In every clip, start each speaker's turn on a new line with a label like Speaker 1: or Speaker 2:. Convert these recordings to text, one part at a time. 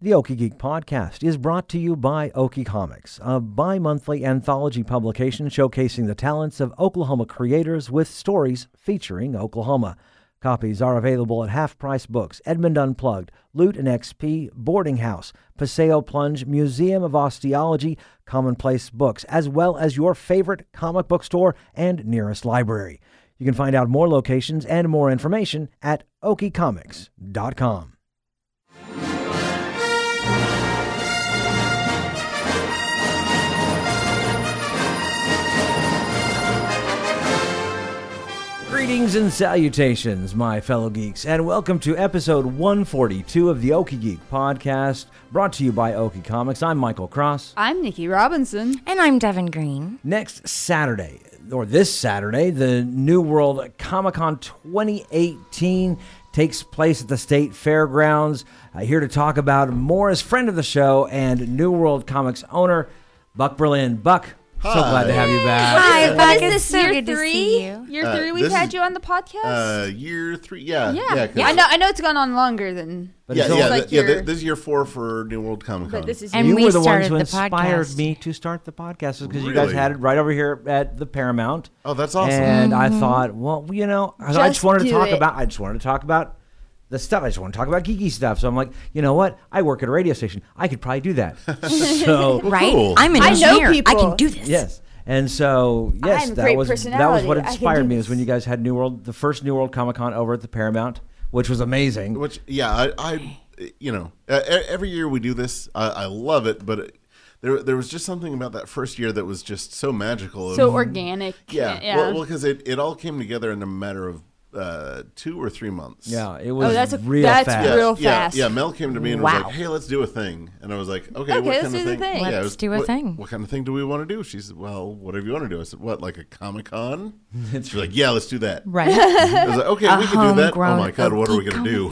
Speaker 1: The Okie Geek podcast is brought to you by Okie Comics, a bi monthly anthology publication showcasing the talents of Oklahoma creators with stories featuring Oklahoma. Copies are available at Half Price Books, Edmund Unplugged, Loot and XP, Boarding House, Paseo Plunge, Museum of Osteology, Commonplace Books, as well as your favorite comic book store and nearest library. You can find out more locations and more information at okiecomics.com. Greetings and salutations, my fellow geeks, and welcome to episode 142 of the Okie Geek podcast, brought to you by Okie Comics. I'm Michael Cross.
Speaker 2: I'm Nikki Robinson.
Speaker 3: And I'm Devin Green.
Speaker 1: Next Saturday, or this Saturday, the New World Comic Con 2018 takes place at the state fairgrounds. Uh, here to talk about more is friend of the show and New World Comics owner, Buck Berlin. Buck, so
Speaker 4: Hi.
Speaker 1: glad to have you back.
Speaker 3: Hi,
Speaker 2: What
Speaker 3: Buck.
Speaker 2: is
Speaker 3: It's so
Speaker 2: year
Speaker 3: good to
Speaker 2: three?
Speaker 3: see you.
Speaker 2: Year
Speaker 4: Uh,
Speaker 2: three, we've
Speaker 4: this
Speaker 2: had
Speaker 4: is-
Speaker 2: you on the podcast.
Speaker 4: Uh, year three, yeah,
Speaker 2: yeah,
Speaker 4: yeah.
Speaker 2: yeah,
Speaker 4: 'cause-
Speaker 2: I know. I know it's gone on longer than,
Speaker 1: But
Speaker 4: yeah,
Speaker 1: it's all-
Speaker 4: yeah,
Speaker 2: like
Speaker 4: th- yeah,
Speaker 2: your-
Speaker 4: th- This is year four for New World Comic Con.
Speaker 2: but this is
Speaker 3: And
Speaker 1: you
Speaker 3: we
Speaker 1: were the ones
Speaker 3: started
Speaker 1: who
Speaker 3: the
Speaker 1: inspired
Speaker 3: podcast.
Speaker 1: me to start the podcast because you guys
Speaker 4: Really?
Speaker 1: had it right over here at the Paramount.
Speaker 4: Oh, that's awesome.
Speaker 1: And I thought, well, you know, I- I just
Speaker 2: Mm-hmm. Just
Speaker 1: wanted to
Speaker 2: do
Speaker 1: talk
Speaker 2: it.
Speaker 1: about, I just wanted to talk about the stuff. I just want to talk about geeky stuff. So I'm like, you know what? I work at a radio station. I could probably do that. so
Speaker 3: Right?
Speaker 4: cool.
Speaker 3: I'm an
Speaker 2: I know
Speaker 3: engineer. I
Speaker 2: people.
Speaker 3: can do this.
Speaker 1: yes, and so yes,
Speaker 2: I'm a
Speaker 1: that
Speaker 2: great
Speaker 1: was that was
Speaker 2: personality.
Speaker 1: what
Speaker 2: I can
Speaker 1: inspired
Speaker 2: do
Speaker 1: me
Speaker 2: this.
Speaker 1: is when you guys had New World, the first New World Comic Con over at the Paramount, which was amazing.
Speaker 4: Which, yeah, I, I you know, uh, e- every year we do this. I, I love it, but it, there, there was just something about that first year that was just so magical. of-
Speaker 2: so organic.
Speaker 4: yeah,
Speaker 2: yeah.
Speaker 4: Well, because it, it all came together in a matter of uh, two or three months.
Speaker 1: Yeah, it was
Speaker 2: Oh, that's a-
Speaker 1: real
Speaker 2: that's
Speaker 1: fast.
Speaker 4: Yeah,
Speaker 2: real
Speaker 4: yeah,
Speaker 2: fast.
Speaker 4: Yeah, Mel came to me and was
Speaker 3: Wow.
Speaker 4: like, "Hey, let's do a thing," and I was like, "Okay,
Speaker 2: Okay,
Speaker 4: what
Speaker 2: let's
Speaker 4: kind
Speaker 2: do
Speaker 4: of
Speaker 2: the
Speaker 4: thing?
Speaker 2: thing.
Speaker 4: Yeah, I
Speaker 3: Let's
Speaker 4: was-
Speaker 3: do a
Speaker 4: what-
Speaker 3: thing.
Speaker 4: What kind of thing do we want to do?" She said, "Well, whatever you want to do." I said, "What, like a comic con?" She's like, "Yeah, let's do that."
Speaker 3: Right.
Speaker 4: I was like, "Okay, we can do that." Oh
Speaker 3: homegrown
Speaker 4: my god, what are we
Speaker 3: geek
Speaker 4: gonna do?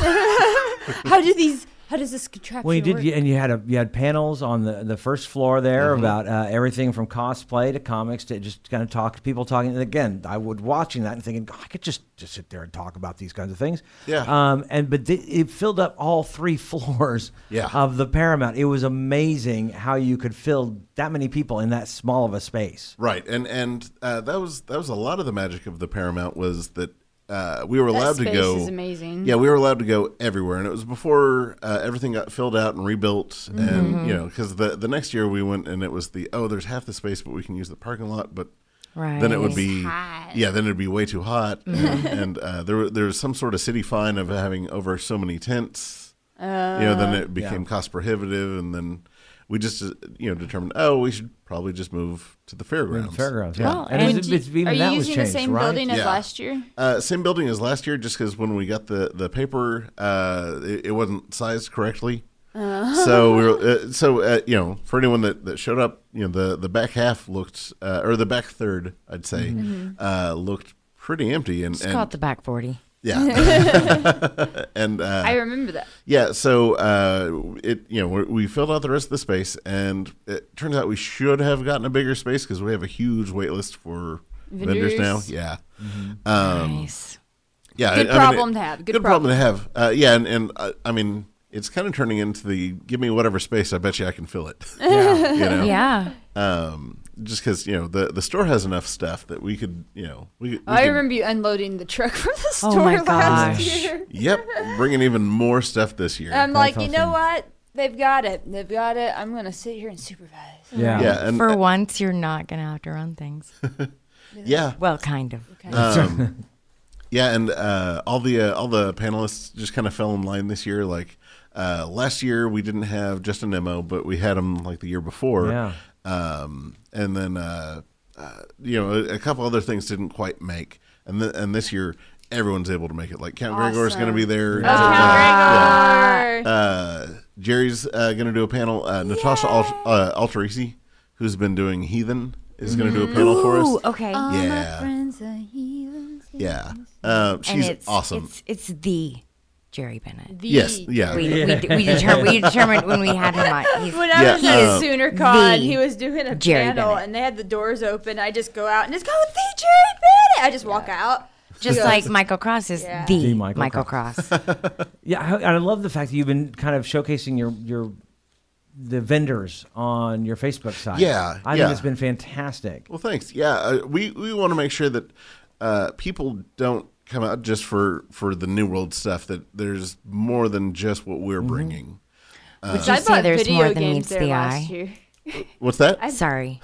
Speaker 2: how do these? How does this contraption
Speaker 1: Well, you did,
Speaker 2: work?
Speaker 1: you- and you had a you had panels on the, the first floor there about uh, everything from cosplay to comics to just kind of talk people talking. And again, I would watching that and thinking "God, I could just just sit there and talk about these kinds of things.
Speaker 4: Yeah.
Speaker 1: Um. And but th- it filled up all three floors.
Speaker 4: Yeah.
Speaker 1: Of the Paramount, it was amazing how you could fill that many people in that small of a space.
Speaker 4: Right, and and uh, that was that was a lot of the magic of the Paramount was that uh, we were allowed to
Speaker 2: space
Speaker 4: go.
Speaker 2: is amazing.
Speaker 4: Yeah, we were allowed to go everywhere, and it was before uh, everything got filled out and rebuilt,
Speaker 2: Mm-hmm.
Speaker 4: and you know, because the the next year we went and it was the oh, there's half the space, but we can use the parking lot, but. Then it would
Speaker 3: Right.
Speaker 4: be,
Speaker 2: hot.
Speaker 4: yeah. Then it'd be way too hot, and, and uh, there were- there was some sort of city fine of having over so many tents. you know, then it became cost prohibitive, and then we just uh, you know determined, oh, we should probably just move to the fairgrounds.
Speaker 1: Fairgrounds. Yeah.
Speaker 3: Well,
Speaker 1: and, it
Speaker 3: and
Speaker 1: was-
Speaker 2: Do you-
Speaker 1: it's- even
Speaker 2: Are you
Speaker 1: that was
Speaker 2: using
Speaker 1: changed,
Speaker 2: the same
Speaker 1: right?
Speaker 2: building as
Speaker 4: Yeah.
Speaker 2: last year?
Speaker 4: Uh, same building as last year, just because when we got the the paper, uh, it, it wasn't sized correctly. So we were, uh, so uh, you know, for anyone that, that showed up, you know, the the back half looked, uh, or the back third, I'd say, uh, looked pretty empty, and,
Speaker 3: It's
Speaker 4: and
Speaker 3: called the back 40.
Speaker 4: yeah, and uh,
Speaker 2: I remember that.
Speaker 4: yeah, so uh, it you know we we filled out the rest of the space, and it turns out we should have gotten a bigger space because we have a huge wait list for vendors, now.
Speaker 2: Vendors.
Speaker 4: Yeah,
Speaker 3: nice.
Speaker 4: yeah,
Speaker 2: Good
Speaker 4: I- I mean,
Speaker 2: problem
Speaker 4: it-
Speaker 2: to have. Good
Speaker 4: Good, problem. to have. Uh, yeah, and and uh, I mean it's kind of turning into the give me whatever space. I bet you I can fill it.
Speaker 1: Yeah.
Speaker 4: you know,
Speaker 3: Yeah.
Speaker 4: um, just because you know the the store has enough stuff that we could you know we, could- we
Speaker 2: I
Speaker 4: could-
Speaker 2: remember you unloading the truck from the store
Speaker 3: Oh my
Speaker 2: last
Speaker 3: gosh.
Speaker 2: year.
Speaker 4: Yep, bringing even more stuff this year.
Speaker 2: I'm like, you know
Speaker 1: awesome.
Speaker 2: what? They've got it. They've got it. I'm gonna sit here and supervise.
Speaker 1: yeah.
Speaker 4: yeah, and uh,
Speaker 3: For once, you're not going to have to run things.
Speaker 4: yeah,
Speaker 3: Well, kind of.
Speaker 4: Um, yeah, and uh, all the uh, all the panelists just kind of fell in line this year. Like uh, last year, we didn't have just an MO, but we had them like the year before.
Speaker 1: Yeah.
Speaker 4: Um, and then uh, uh, you know a, a couple other things didn't quite make, and th- and this year everyone's able to make it. Like Count Gregor's going to be there.
Speaker 2: Count Oh, Gregor.
Speaker 4: Uh, Jerry's uh, going to do a panel. Uh, Natasha Al- uh, Altarisi, who's been doing Heathen, is going to do a panel for us.
Speaker 3: Ooh, okay.
Speaker 2: oh, All
Speaker 4: yeah.
Speaker 2: my friends are heathens.
Speaker 4: Yeah, uh,
Speaker 3: and
Speaker 4: she's
Speaker 3: it's
Speaker 4: awesome.
Speaker 3: It's, it's the Jerry Bennett.
Speaker 2: The-
Speaker 4: Yes, yeah.
Speaker 3: We, we, we, determined, we determined when we had him on. He's,
Speaker 2: When I
Speaker 4: Yeah,
Speaker 2: was at
Speaker 4: uh,
Speaker 2: SoonerCon,
Speaker 3: the
Speaker 2: he was doing a
Speaker 3: Jerry
Speaker 2: panel,
Speaker 3: Bennett.
Speaker 2: and they had the doors open. I just go out and just go, the Jared Bennett. I just walk out.
Speaker 3: Just
Speaker 2: Yes.
Speaker 3: like Michael Cross is
Speaker 2: Yeah.
Speaker 3: the,
Speaker 1: The Michael
Speaker 3: Michael, Cross.
Speaker 1: Yeah, I, I love the fact that you've been kind of showcasing your your the vendors on your Facebook side.
Speaker 4: Yeah,
Speaker 1: I
Speaker 4: yeah.
Speaker 1: think it's been fantastic.
Speaker 4: Well, thanks. Yeah, uh, we we want to make sure that uh, people don't come out just for for the New World stuff. That there's more than just what we're bringing.
Speaker 3: Would you
Speaker 2: I
Speaker 3: say
Speaker 2: bought
Speaker 3: there's
Speaker 2: video
Speaker 3: more than
Speaker 2: games
Speaker 3: meets
Speaker 2: there
Speaker 3: the
Speaker 2: last
Speaker 3: eye?
Speaker 2: year.
Speaker 4: What's that?
Speaker 3: Sorry,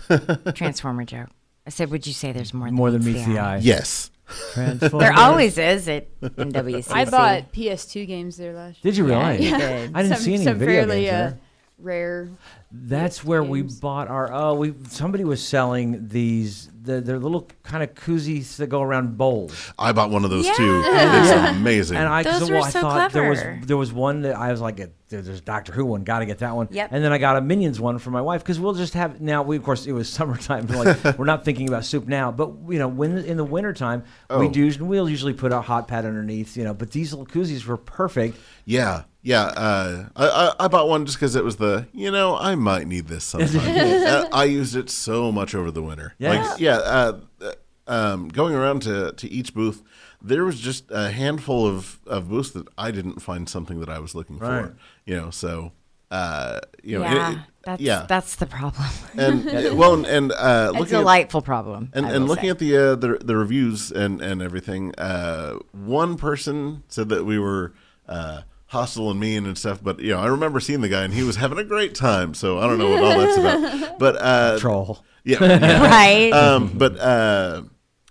Speaker 3: Transformer joke. I said, would you say there's more than
Speaker 1: More than meets the eye.
Speaker 4: yes.
Speaker 1: Transform-
Speaker 3: There always is at NWCC.
Speaker 2: I bought PS2 games there last year.
Speaker 1: Did you realize?
Speaker 3: you did.
Speaker 1: I didn't
Speaker 2: some,
Speaker 1: see any
Speaker 2: some
Speaker 1: video
Speaker 2: fairly
Speaker 1: games
Speaker 2: uh,
Speaker 1: there.
Speaker 2: rare.
Speaker 1: That's where we
Speaker 2: games.
Speaker 1: bought our. Oh, we somebody was selling these. The, they're little kind of koozies that go around bowls.
Speaker 4: I bought one of those too. It's amazing.
Speaker 1: And I, 'cause
Speaker 3: Those
Speaker 1: I
Speaker 3: were
Speaker 1: thought
Speaker 3: so
Speaker 1: there
Speaker 3: clever.
Speaker 1: was there was one that I was like, "There- there's a Doctor Who one, got to get that one.
Speaker 3: Yep.
Speaker 1: And then I got a Minions one for my wife because we'll just have now. We of course it was summertime, but like we're not thinking about soup now. But you know, when in the wintertime, we
Speaker 4: Oh.
Speaker 1: do we'll usually put a hot pad underneath. You know, but these little koozies were perfect.
Speaker 4: yeah, yeah. Uh, I, I I bought one just because it was the you know I might need this sometime. Uh, I used it so much over the winter.
Speaker 1: Yeah.
Speaker 4: Like yeah. Uh, uh, um, going around to to each booth, there was just a handful of of booths that I didn't find something that I was looking
Speaker 1: Right.
Speaker 4: for. You know, so. Uh, you know, it-
Speaker 3: Yeah,
Speaker 4: it-
Speaker 3: that's
Speaker 4: yeah,
Speaker 3: that's the problem.
Speaker 4: and well, and, and uh,
Speaker 3: A
Speaker 4: looking at-
Speaker 3: delightful problem.
Speaker 4: and,
Speaker 3: I
Speaker 4: and
Speaker 3: will
Speaker 4: looking
Speaker 3: say.
Speaker 4: at the, uh, the the reviews and and everything, uh, one person said that we were uh, hostile and mean and stuff. But you know, I remember seeing the guy and he was having a great time. So I don't know what all that's about. But uh,
Speaker 1: Troll.
Speaker 4: yeah, yeah.
Speaker 3: right,
Speaker 4: Um, but uh,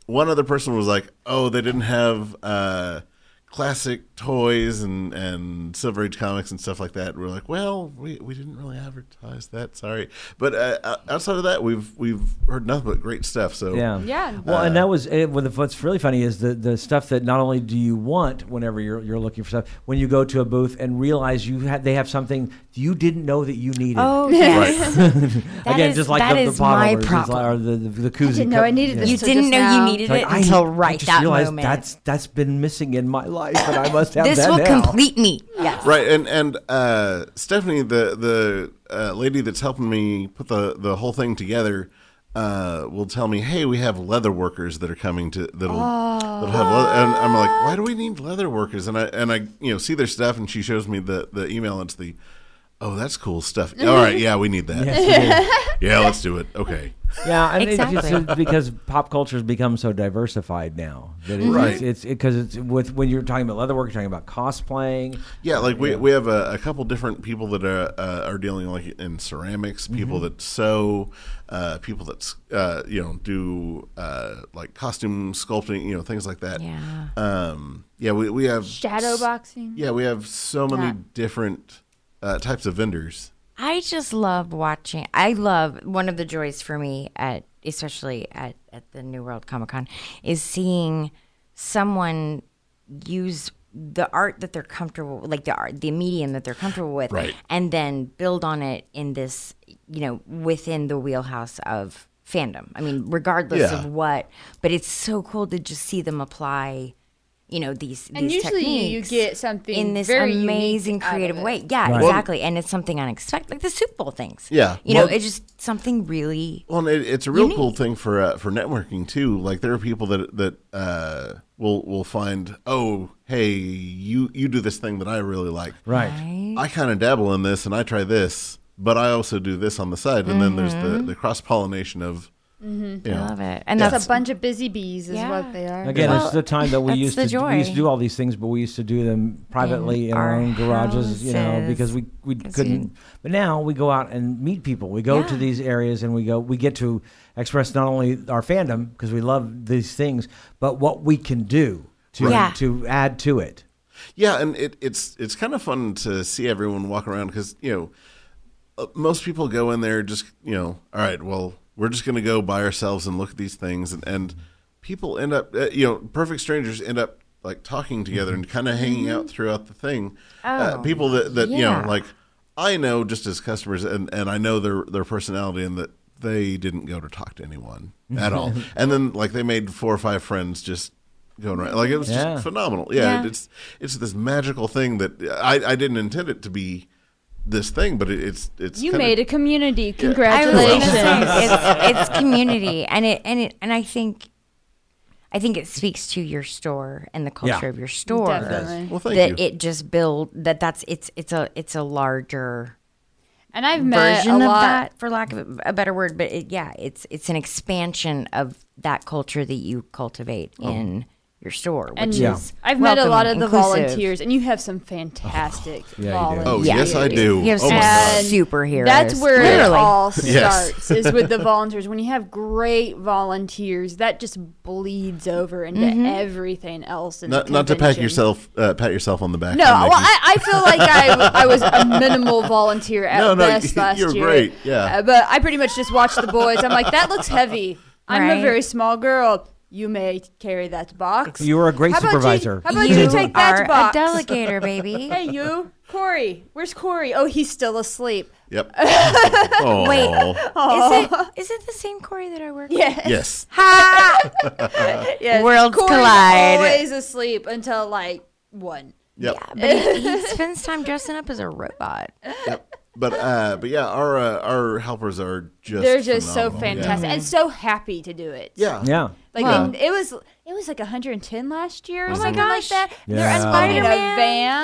Speaker 4: one other person was like, "Oh, they didn't have uh, classic toys and, and Silver Age comics and stuff like that." we're like, "Well, we, we didn't really advertise that. Sorry." But uh, o- outside of that, we've we've heard nothing but great stuff. So
Speaker 1: Yeah.
Speaker 2: Yeah.
Speaker 1: Well, and that was it, well, the, what's really funny is the the stuff that not only do you want whenever you're you're looking for stuff when you go to a booth and realize you ha- they have something you didn't know that you needed.
Speaker 3: Oh yes, That
Speaker 1: Again,
Speaker 3: is-
Speaker 1: just like
Speaker 3: that
Speaker 1: the,
Speaker 3: is
Speaker 1: the bottle
Speaker 3: my
Speaker 1: or, just like-
Speaker 3: problem.
Speaker 1: or the, the, the koozie.
Speaker 2: didn't know
Speaker 1: cup,
Speaker 2: I needed
Speaker 1: you
Speaker 2: this.
Speaker 1: know.
Speaker 3: you
Speaker 2: So
Speaker 3: didn't
Speaker 2: just
Speaker 3: know
Speaker 2: now-
Speaker 3: you needed
Speaker 1: It's like,
Speaker 3: it
Speaker 1: I-
Speaker 3: until
Speaker 1: I
Speaker 3: right
Speaker 1: just
Speaker 3: that
Speaker 1: realized
Speaker 3: moment.
Speaker 1: That's that's been missing in my life, and I must have
Speaker 3: this
Speaker 1: that
Speaker 3: will
Speaker 1: now.
Speaker 3: complete me. Yes.
Speaker 4: Right, and and uh, Stephanie, the the uh, lady that's helping me put the the whole thing together, uh, will tell me, "Hey, we have leather workers that are coming to that'll, that'll have." Leather. And I'm like, "Why do we need leather workers?" And I and I you know see their stuff, and she shows me the the email. And it's the, oh, that's cool stuff. All right, yeah, we need that. yeah, let's do it. Okay.
Speaker 1: Yeah, I mean, it's
Speaker 3: Exactly.
Speaker 1: just because pop culture has become so diversified now. That it,
Speaker 3: Mm-hmm.
Speaker 4: Right.
Speaker 1: It's because it's, with when you're talking about leatherwork, you're talking about cosplaying.
Speaker 4: Yeah, like we, we have a, a couple different people that are uh, are dealing like in ceramics, people that sew, uh, people that uh, you know do uh, like costume sculpting, you know things like that.
Speaker 3: Yeah.
Speaker 4: Um, yeah, we we have
Speaker 2: Shadow boxing.
Speaker 4: Yeah, we have so many
Speaker 2: Yeah.
Speaker 4: different uh, types of vendors.
Speaker 3: I just love watching. I love one of the joys for me at especially at at the New World Comic Con is seeing someone use the art that they're comfortable like the art the medium that they're comfortable with
Speaker 4: Right.
Speaker 3: and then build on it in this you know within the wheelhouse of fandom i mean regardless
Speaker 4: Yeah.
Speaker 3: of what but it's so cool to just see them apply you know these
Speaker 2: And
Speaker 3: these
Speaker 2: usually you- you
Speaker 3: techniques
Speaker 2: get something
Speaker 3: in this
Speaker 2: very unique
Speaker 3: amazing
Speaker 2: out of
Speaker 3: creative
Speaker 2: it.
Speaker 3: way yeah
Speaker 1: Right.
Speaker 3: exactly and it's something unexpected like the soup bowl things
Speaker 4: Yeah.
Speaker 3: you know
Speaker 4: Well-
Speaker 3: it's just something really
Speaker 4: Well, and it, it's a real cool thing for uh, for networking too. Like there are people that that uh, will will find, oh, hey, you you do this thing that I really like,
Speaker 1: Right.
Speaker 4: I kind of dabble in this and I try this, but I also do this on the side. And then there's the, the cross pollination of, you know,
Speaker 3: I love it and
Speaker 2: It's
Speaker 3: that's
Speaker 2: a bunch of busy bees, is
Speaker 3: Yeah.
Speaker 2: what they are.
Speaker 1: Again,
Speaker 3: Well,
Speaker 1: it's the time that we
Speaker 3: that's
Speaker 1: used
Speaker 3: the
Speaker 1: to we used to
Speaker 3: joy.
Speaker 1: do all these things, but we used to do them privately in, our
Speaker 3: our
Speaker 1: own garages, you know, because we we
Speaker 3: 'cause
Speaker 1: couldn't.
Speaker 3: you-
Speaker 1: but now we go out and meet people. We go to
Speaker 3: Yeah.
Speaker 1: these areas and we go. We get to express not only our fandom because we love these things, but what we can do to
Speaker 3: Yeah.
Speaker 1: to add to it.
Speaker 4: yeah. And it, it's, it's kind of fun to see everyone walk around because, you know, uh, most people go in there just, you know, all right, well, we're just going to go by ourselves and look at these things. And, and people end up, uh, you know, perfect strangers end up like talking together and kind of hanging out throughout the thing. uh,
Speaker 3: Mm-hmm. Oh,
Speaker 4: people that, that you know,
Speaker 3: yeah.
Speaker 4: like I know just as customers and, and I know their, their personality and that they didn't go to talk to anyone at all. And then like they made four or five friends just going right. Like it was
Speaker 1: Yeah.
Speaker 4: just phenomenal. Yeah,
Speaker 3: Yeah.
Speaker 4: It's, it's this magical thing that I, I didn't intend it to be this thing, but it, it's, it's
Speaker 2: You
Speaker 4: kinda-
Speaker 2: made a community.
Speaker 3: I was gonna
Speaker 2: Congratulations.
Speaker 3: say, it's, it's community, and it and it and I think, I think it speaks to your store and the culture
Speaker 1: Yeah.
Speaker 3: of your store.
Speaker 2: Definitely.
Speaker 4: Well, thank
Speaker 3: that
Speaker 4: you.
Speaker 3: it just build that that's it's it's a it's a larger
Speaker 2: And I've met
Speaker 3: version
Speaker 2: a
Speaker 3: of
Speaker 2: lot.
Speaker 3: that for lack of a better word but it, yeah it's it's an expansion of that culture that you cultivate in your store which
Speaker 2: And
Speaker 3: is
Speaker 1: Yeah.
Speaker 2: I've met a lot of
Speaker 3: welcoming,
Speaker 2: the
Speaker 3: inclusive.
Speaker 2: volunteers, and you have some fantastic
Speaker 1: yeah, you do.
Speaker 2: volunteers.
Speaker 4: Oh, yes, I do.
Speaker 3: You have
Speaker 4: oh,
Speaker 3: some
Speaker 4: my God.
Speaker 2: And
Speaker 3: superheroes.
Speaker 2: That's where it
Speaker 3: Literally.
Speaker 2: all
Speaker 4: Yes.
Speaker 2: starts is with the volunteers. When you have great volunteers, that just bleeds over into
Speaker 3: Mm-hmm.
Speaker 2: everything else. In
Speaker 4: Not,
Speaker 2: the
Speaker 4: not to pat
Speaker 2: convention.
Speaker 4: yourself, uh, pat yourself on the back.
Speaker 2: No, well,
Speaker 4: on making-
Speaker 2: I, I feel like I, I was a minimal volunteer at
Speaker 4: No, no,
Speaker 2: best
Speaker 4: you-
Speaker 2: last
Speaker 4: you're
Speaker 2: year.
Speaker 4: great, yeah.
Speaker 2: Uh, but I pretty much just watched the boys. I'm like, that looks heavy. I'm a
Speaker 3: Right.
Speaker 2: very small girl. You may carry that box.
Speaker 1: You are a great
Speaker 2: How about you-
Speaker 1: supervisor.
Speaker 2: how about you
Speaker 1: You
Speaker 2: take that
Speaker 3: are a
Speaker 2: box?
Speaker 3: delegator, baby.
Speaker 2: hey, you, Corey. Where's Corey? Oh, he's still asleep.
Speaker 4: yep. oh,
Speaker 3: Is it is it the same Corey that I work with?
Speaker 2: Yeah.
Speaker 4: yes.
Speaker 3: Ha!
Speaker 2: Yes.
Speaker 3: Worlds
Speaker 2: Corey's
Speaker 3: collide.
Speaker 2: Always asleep until like one.
Speaker 4: Yep.
Speaker 3: But he, he spends time dressing up as a robot.
Speaker 2: Oh
Speaker 3: Oh
Speaker 4: But uh, but yeah, our uh, our helpers are just
Speaker 2: They're just so
Speaker 4: phenomenal.
Speaker 2: fantastic and so
Speaker 3: Mm-hmm.
Speaker 2: happy to do it.
Speaker 4: Yeah. yeah.
Speaker 1: Yeah.
Speaker 2: Like
Speaker 3: Wow.
Speaker 2: they- it was it was like 110 last year. Or
Speaker 3: Oh my
Speaker 2: something
Speaker 3: gosh.
Speaker 2: Like that.
Speaker 1: Yeah.
Speaker 2: They're unloading a
Speaker 3: Spider-Man.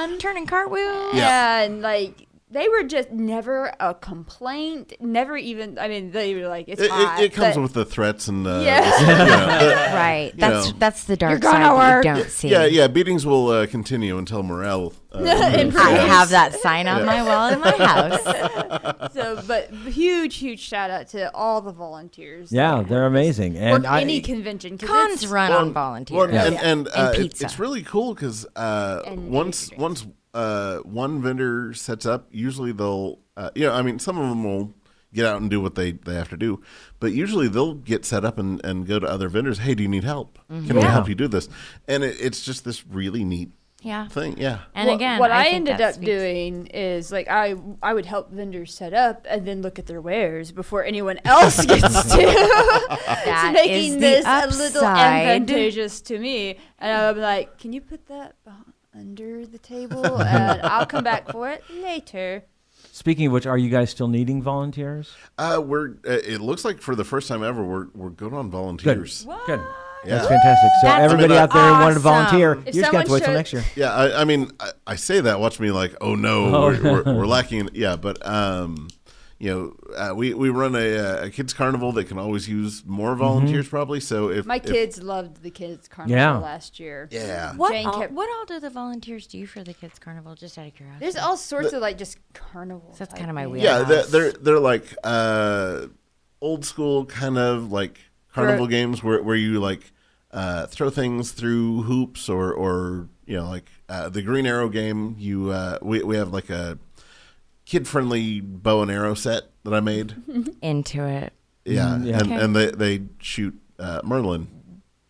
Speaker 2: van.
Speaker 3: Turning cartwheels.
Speaker 4: Yeah.
Speaker 2: And like they were just never a complaint. Never even. I mean, they were like, "It's
Speaker 4: It,
Speaker 2: hot."
Speaker 4: it, it comes
Speaker 2: but-
Speaker 4: with the threats and uh,
Speaker 2: Yeah.
Speaker 4: this- you know, the-
Speaker 3: Right. That's
Speaker 4: know.
Speaker 3: that's the dark
Speaker 2: gonna
Speaker 3: side that you
Speaker 2: work.
Speaker 3: don't see.
Speaker 4: yeah, yeah. Beatings will uh, continue until morale. Uh, moves
Speaker 3: I
Speaker 4: down.
Speaker 3: have that sign on my wall in my house.
Speaker 2: so, but huge, huge shout out to all the volunteers.
Speaker 1: Yeah, they're amazing.
Speaker 2: Or
Speaker 1: And I,
Speaker 2: any convention. 'cause
Speaker 3: Cons
Speaker 2: it's-
Speaker 3: run
Speaker 4: Well,
Speaker 3: on volunteers.
Speaker 4: well, and, and,
Speaker 3: And
Speaker 4: uh, it-
Speaker 3: pizza.
Speaker 4: it's really cool because uh,
Speaker 2: And
Speaker 4: once
Speaker 2: pastries.
Speaker 4: once uh, one vendor sets up, usually they'll uh, you know I mean some of them will get out and do what they, they have to do, but usually they'll get set up and, and go to other vendors. Hey, do you need help? Can we
Speaker 1: Yeah.
Speaker 4: help you do this? And it, it's just this really neat
Speaker 3: yeah.
Speaker 4: thing. Yeah.
Speaker 3: And
Speaker 2: What-
Speaker 3: again,
Speaker 2: what
Speaker 3: I,
Speaker 2: I,
Speaker 3: think
Speaker 2: ended
Speaker 3: that
Speaker 2: up
Speaker 3: speaks-
Speaker 2: doing is like I I would help vendors set up and then look at their wares before anyone else gets to.
Speaker 3: that
Speaker 2: It's
Speaker 3: is
Speaker 2: making
Speaker 3: the
Speaker 2: this a little
Speaker 3: upside.
Speaker 2: advantageous to me. And I'm like, can you put that beh- under the table? and I'll come back for it later.
Speaker 1: speaking of which, are you guys still needing volunteers?
Speaker 4: Uh, we're uh, it looks like for the first time ever we're we're good on volunteers.
Speaker 1: Good.
Speaker 4: Yeah.
Speaker 1: That's fantastic. So
Speaker 3: That's
Speaker 1: everybody out there who wanted to volunteer,
Speaker 3: awesome.
Speaker 1: you
Speaker 2: If
Speaker 1: just got to
Speaker 2: someone
Speaker 1: wait till
Speaker 2: showed-
Speaker 1: next year.
Speaker 4: Yeah, I, I mean, I, I say that. Watch me, like, oh no, we're, we're, we're lacking. Yeah, but um, you know, uh, we we run a, uh, a kids carnival that can always use more volunteers, probably. So if
Speaker 2: My
Speaker 4: if-
Speaker 2: kids loved the kids' carnival
Speaker 1: Yeah.
Speaker 2: last year.
Speaker 4: yeah,
Speaker 3: What
Speaker 2: Jane
Speaker 3: all,
Speaker 2: kept-
Speaker 3: what all do the volunteers do for the kids' carnival? Just out of curiosity.
Speaker 2: There's all sorts of like just carnival.
Speaker 3: So that's
Speaker 2: type
Speaker 3: kind of my
Speaker 2: things.
Speaker 3: wheelhouse.
Speaker 4: yeah, they're they're, they're like uh, old school kind of like carnival games where where you like uh, throw things through hoops or or you know like uh, the green arrow game. You uh, we we have like a kid friendly bow and arrow set that I made.
Speaker 3: into it.
Speaker 4: Yeah,
Speaker 1: yeah.
Speaker 4: and and they they shoot uh, Merlin.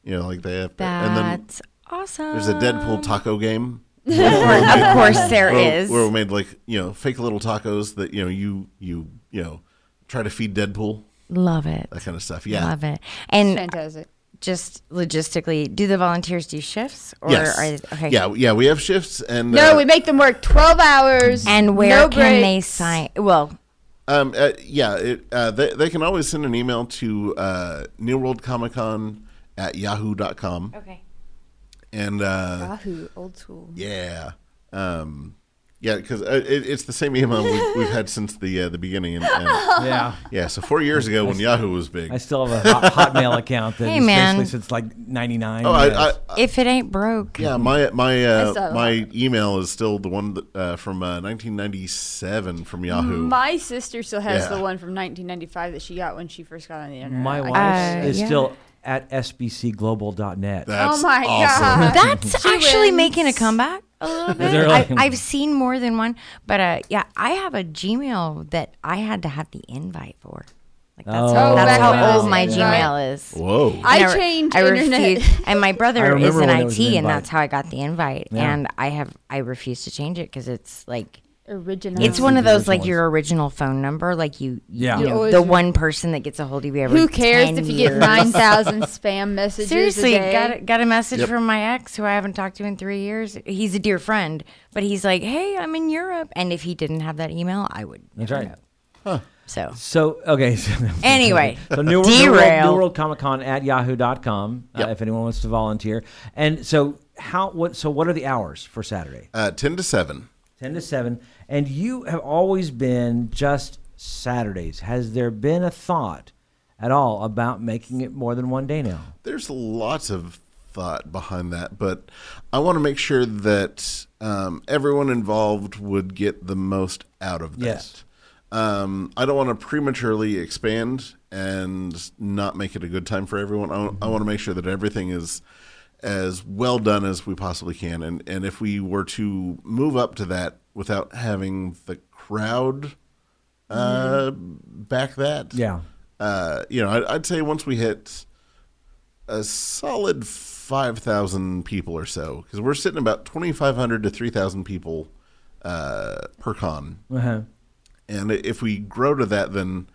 Speaker 4: You know, like they have, to, and then
Speaker 3: That's awesome.
Speaker 4: there's a Deadpool taco game.
Speaker 3: of course, there
Speaker 4: where,
Speaker 3: is.
Speaker 4: where we made like you know fake little tacos that you know you you you know try to feed Deadpool
Speaker 3: Love it.
Speaker 4: that kind of stuff. Yeah,
Speaker 3: Love it. And
Speaker 2: Fantastic.
Speaker 3: just logistically, do the volunteers do shifts or
Speaker 4: yes,
Speaker 3: are okay?
Speaker 4: yeah, yeah. We have shifts and
Speaker 2: No,
Speaker 4: uh,
Speaker 2: we make them work 12 hours.
Speaker 3: And where
Speaker 2: no
Speaker 3: can they
Speaker 2: breaks.
Speaker 3: sign? Well,
Speaker 4: Um, uh, yeah, it, uh, they, they can always send an email to uh, New World Comic Con at yahoo.com.
Speaker 3: okay.
Speaker 4: And uh,
Speaker 2: Yahoo, old school.
Speaker 4: yeah, um, yeah, because it, it's the same email we've, we've had since the uh, the beginning. And, and
Speaker 1: Yeah.
Speaker 4: yeah, so four years ago when Yahoo was big.
Speaker 1: I still have a hot, Hotmail account that
Speaker 3: Hey,
Speaker 1: is
Speaker 3: man.
Speaker 1: basically since like 99.
Speaker 4: oh, I, I,
Speaker 3: If it ain't broke,
Speaker 4: yeah, my
Speaker 2: I
Speaker 4: my uh,
Speaker 2: saw
Speaker 4: my email is still the one that, uh, from uh, 1997 from Yahoo.
Speaker 2: My oh sister still has
Speaker 4: Yeah.
Speaker 2: the one from 1995 that she got when she first got on the internet.
Speaker 1: My
Speaker 2: I-
Speaker 1: wife
Speaker 3: Uh,
Speaker 1: is
Speaker 3: yeah.
Speaker 1: still at sbcglobal.net.
Speaker 4: That's
Speaker 2: oh my
Speaker 4: awesome.
Speaker 2: god.
Speaker 3: that's actually
Speaker 2: wins.
Speaker 3: making a comeback a little bit.
Speaker 1: there
Speaker 3: I,
Speaker 1: like-
Speaker 3: I've seen more than one, but uh, yeah, I have a Gmail that I had to have the invite for. Like that's
Speaker 1: Oh,
Speaker 3: how, that's
Speaker 1: back when it
Speaker 3: how
Speaker 1: was
Speaker 3: old my
Speaker 1: an
Speaker 2: invite.
Speaker 3: Gmail is.
Speaker 4: Whoa.
Speaker 2: I
Speaker 3: And re-
Speaker 2: changed
Speaker 3: I
Speaker 2: internet.
Speaker 3: refuse- and my
Speaker 1: I
Speaker 3: brother is
Speaker 1: remember
Speaker 3: in
Speaker 1: when it was
Speaker 3: IT,
Speaker 1: an
Speaker 3: and
Speaker 1: invite.
Speaker 3: that's how I got the invite.
Speaker 1: Yeah.
Speaker 3: And I have I refuse to change it because it's like
Speaker 2: original.
Speaker 3: it's
Speaker 1: Yeah.
Speaker 3: one of
Speaker 1: The
Speaker 3: those
Speaker 1: original
Speaker 3: like your original phone number, like you,
Speaker 1: Yeah.
Speaker 3: you
Speaker 1: You
Speaker 3: know,
Speaker 2: always
Speaker 3: the
Speaker 2: re-
Speaker 3: one person that gets a hold of you every.
Speaker 2: Who cares
Speaker 3: 10
Speaker 2: if you
Speaker 3: years.
Speaker 2: get 9,000 spam messages?
Speaker 3: Seriously,
Speaker 2: a day?
Speaker 3: got a, got a message
Speaker 4: Yep.
Speaker 3: from my ex who I haven't talked to in three years. He's a dear friend, but he's like, "Hey, I'm in Europe," and if he didn't have that email, I would.
Speaker 1: That's
Speaker 3: never
Speaker 1: right.
Speaker 3: know. So
Speaker 1: So okay. So,
Speaker 3: Anyway,
Speaker 1: so New World, New World,
Speaker 3: derail.
Speaker 1: New World Comic Con at yahoo.com uh,
Speaker 4: Yep.
Speaker 1: if anyone wants to volunteer. And so how what so what are the hours for Saturday?
Speaker 4: Uh, 10 to 7.
Speaker 1: 10 to 7 and you have always been just Saturdays. Has there been a thought at all about making it more than one day now?
Speaker 4: There's lots of thought behind that, but I want to make sure that um, everyone involved would get the most out of that.
Speaker 1: Yes.
Speaker 4: Um, I don't want to prematurely expand and not make it a good time for everyone. I, I want to make sure that everything is as well done as we possibly can. And, and if we were to move up to that without having the crowd uh, back that,
Speaker 1: Mm-hmm. Yeah.
Speaker 4: uh, you know, I'd, I'd say once we hit a solid 5,000 people or so, because we're sitting about 2,500 to 3,000 people uh, per con.
Speaker 1: Uh-huh.
Speaker 4: And i- if we grow to that, then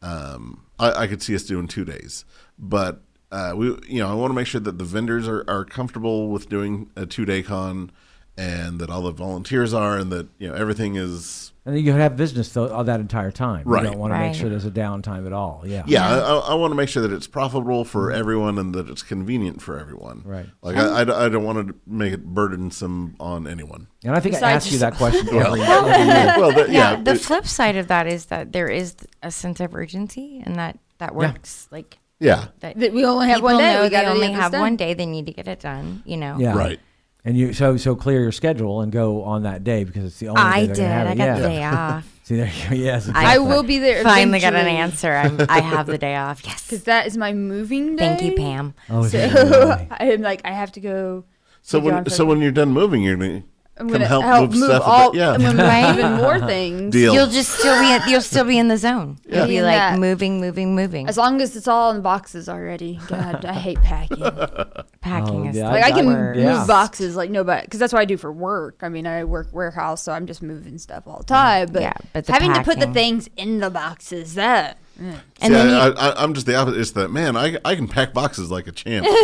Speaker 4: um, I, I could see us doing two days. But uh, we, you know, I want to make sure that the vendors are, are comfortable with doing a two day con, and that all the volunteers are, and that you know everything is
Speaker 1: And then you have business though all that entire time.
Speaker 4: Right.
Speaker 1: You don't want to
Speaker 3: Right.
Speaker 1: make sure there's a downtime at all. Yeah.
Speaker 4: Yeah, I, I, I want to make sure that it's profitable for everyone and that it's convenient for everyone.
Speaker 1: Right.
Speaker 4: Like I, I, I don't want to make it burdensome on anyone.
Speaker 1: And I think I
Speaker 2: Besides
Speaker 1: asked you that
Speaker 2: yourself.
Speaker 1: question every
Speaker 4: well, the,
Speaker 3: yeah,
Speaker 4: yeah,
Speaker 3: the
Speaker 4: it-
Speaker 3: flip side of that is that there is a sense of urgency, and that that works. Like
Speaker 4: yeah,
Speaker 3: that
Speaker 2: That we only have
Speaker 3: people
Speaker 2: one day.
Speaker 3: know
Speaker 2: we
Speaker 3: they
Speaker 2: gotta
Speaker 3: only
Speaker 2: get this
Speaker 3: have
Speaker 2: done.
Speaker 3: one day. They need to get it done. You know.
Speaker 1: Yeah.
Speaker 4: right.
Speaker 1: And you so so clear your schedule and go on that day because it's the only
Speaker 3: I
Speaker 1: day they're
Speaker 3: did.
Speaker 1: gonna have
Speaker 3: I
Speaker 1: it.
Speaker 3: got
Speaker 1: yeah.
Speaker 3: the day off.
Speaker 1: See there you go. Yes.
Speaker 2: I
Speaker 1: exactly.
Speaker 2: will be there.
Speaker 3: Finally got an
Speaker 2: eventually,
Speaker 3: answer. I'm, I have the day off. Yes.
Speaker 2: Cause that is my moving day.
Speaker 3: Thank you, Pam.
Speaker 1: Oh,
Speaker 2: So
Speaker 1: yeah, really.
Speaker 2: I'm like, I have to go.
Speaker 4: So
Speaker 2: to John
Speaker 4: when
Speaker 2: Furman.
Speaker 4: so when you're done moving, you're gonna
Speaker 2: I'm
Speaker 4: come
Speaker 2: gonna
Speaker 4: help, move, stuff.
Speaker 2: all.
Speaker 4: about- yeah,
Speaker 2: I'm gonna
Speaker 3: Right?
Speaker 2: move even more things.
Speaker 4: deal.
Speaker 3: You'll just still be you'll still be in the zone. You'll
Speaker 2: Be
Speaker 3: be
Speaker 2: in
Speaker 3: like
Speaker 2: that.
Speaker 3: moving, moving, moving.
Speaker 2: As long as it's all in boxes already. God, I hate packing. Like
Speaker 3: Packing
Speaker 1: Oh,
Speaker 3: is
Speaker 1: yeah,
Speaker 3: the
Speaker 1: I
Speaker 2: I can
Speaker 3: worst.
Speaker 1: Yeah.
Speaker 2: move boxes like nobody, because that's what I do for work. I mean, I work warehouse, so I'm just moving stuff all the time. But,
Speaker 3: Yeah, but the
Speaker 2: having to put the
Speaker 3: packing.
Speaker 2: things in the boxes, that
Speaker 3: And
Speaker 4: See,
Speaker 3: then you,
Speaker 4: I, I, I'm just the opposite. It's that man. I, I can pack boxes like a champ.
Speaker 2: see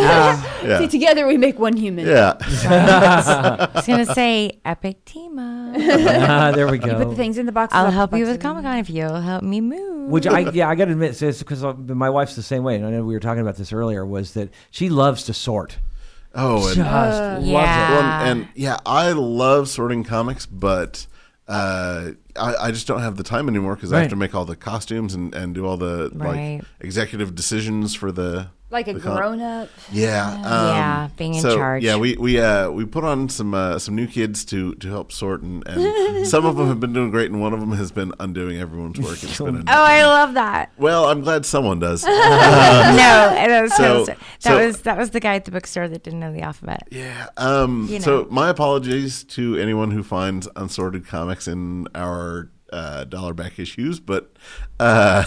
Speaker 4: yeah,
Speaker 2: together we make one human.
Speaker 4: yeah.
Speaker 3: I was gonna say epic team up.
Speaker 1: Ah, there we go.
Speaker 2: Put the things in the boxes.
Speaker 3: I'll
Speaker 2: out the
Speaker 3: help you
Speaker 2: boxes
Speaker 3: with
Speaker 2: in.
Speaker 3: Comic Con if you'll help me move.
Speaker 1: Which I yeah I got to admit, because uh, my wife's the same way, and I know we were talking about this earlier, was that she loves to sort.
Speaker 4: Oh, and
Speaker 1: Just loves
Speaker 3: yeah.
Speaker 1: it.
Speaker 4: Well,
Speaker 3: Ah.
Speaker 4: and yeah, I love sorting comics, but uh, I, I just don't have the time anymore because I
Speaker 1: Right.
Speaker 4: have to make all the costumes and, and do all the
Speaker 3: Right.
Speaker 4: like executive decisions for the
Speaker 2: Like a
Speaker 4: the con-
Speaker 2: grown up.
Speaker 4: Yeah, um,
Speaker 3: Yeah, being in
Speaker 4: so,
Speaker 3: charge.
Speaker 4: Yeah, we we uh, we put on some uh, some new kids to to help sort, and, and some of them have been doing great, and one of them has been undoing everyone's work. It's been a-
Speaker 3: oh, I love that.
Speaker 4: well, I'm glad someone does.
Speaker 3: no, and that was
Speaker 4: Uh, So-
Speaker 3: that
Speaker 4: so-
Speaker 3: was that was the guy at the bookstore that didn't know the alphabet.
Speaker 4: Yeah. Um,
Speaker 3: know.
Speaker 4: So my apologies to anyone who finds unsorted comics in our uh, dollar back issues, but uh,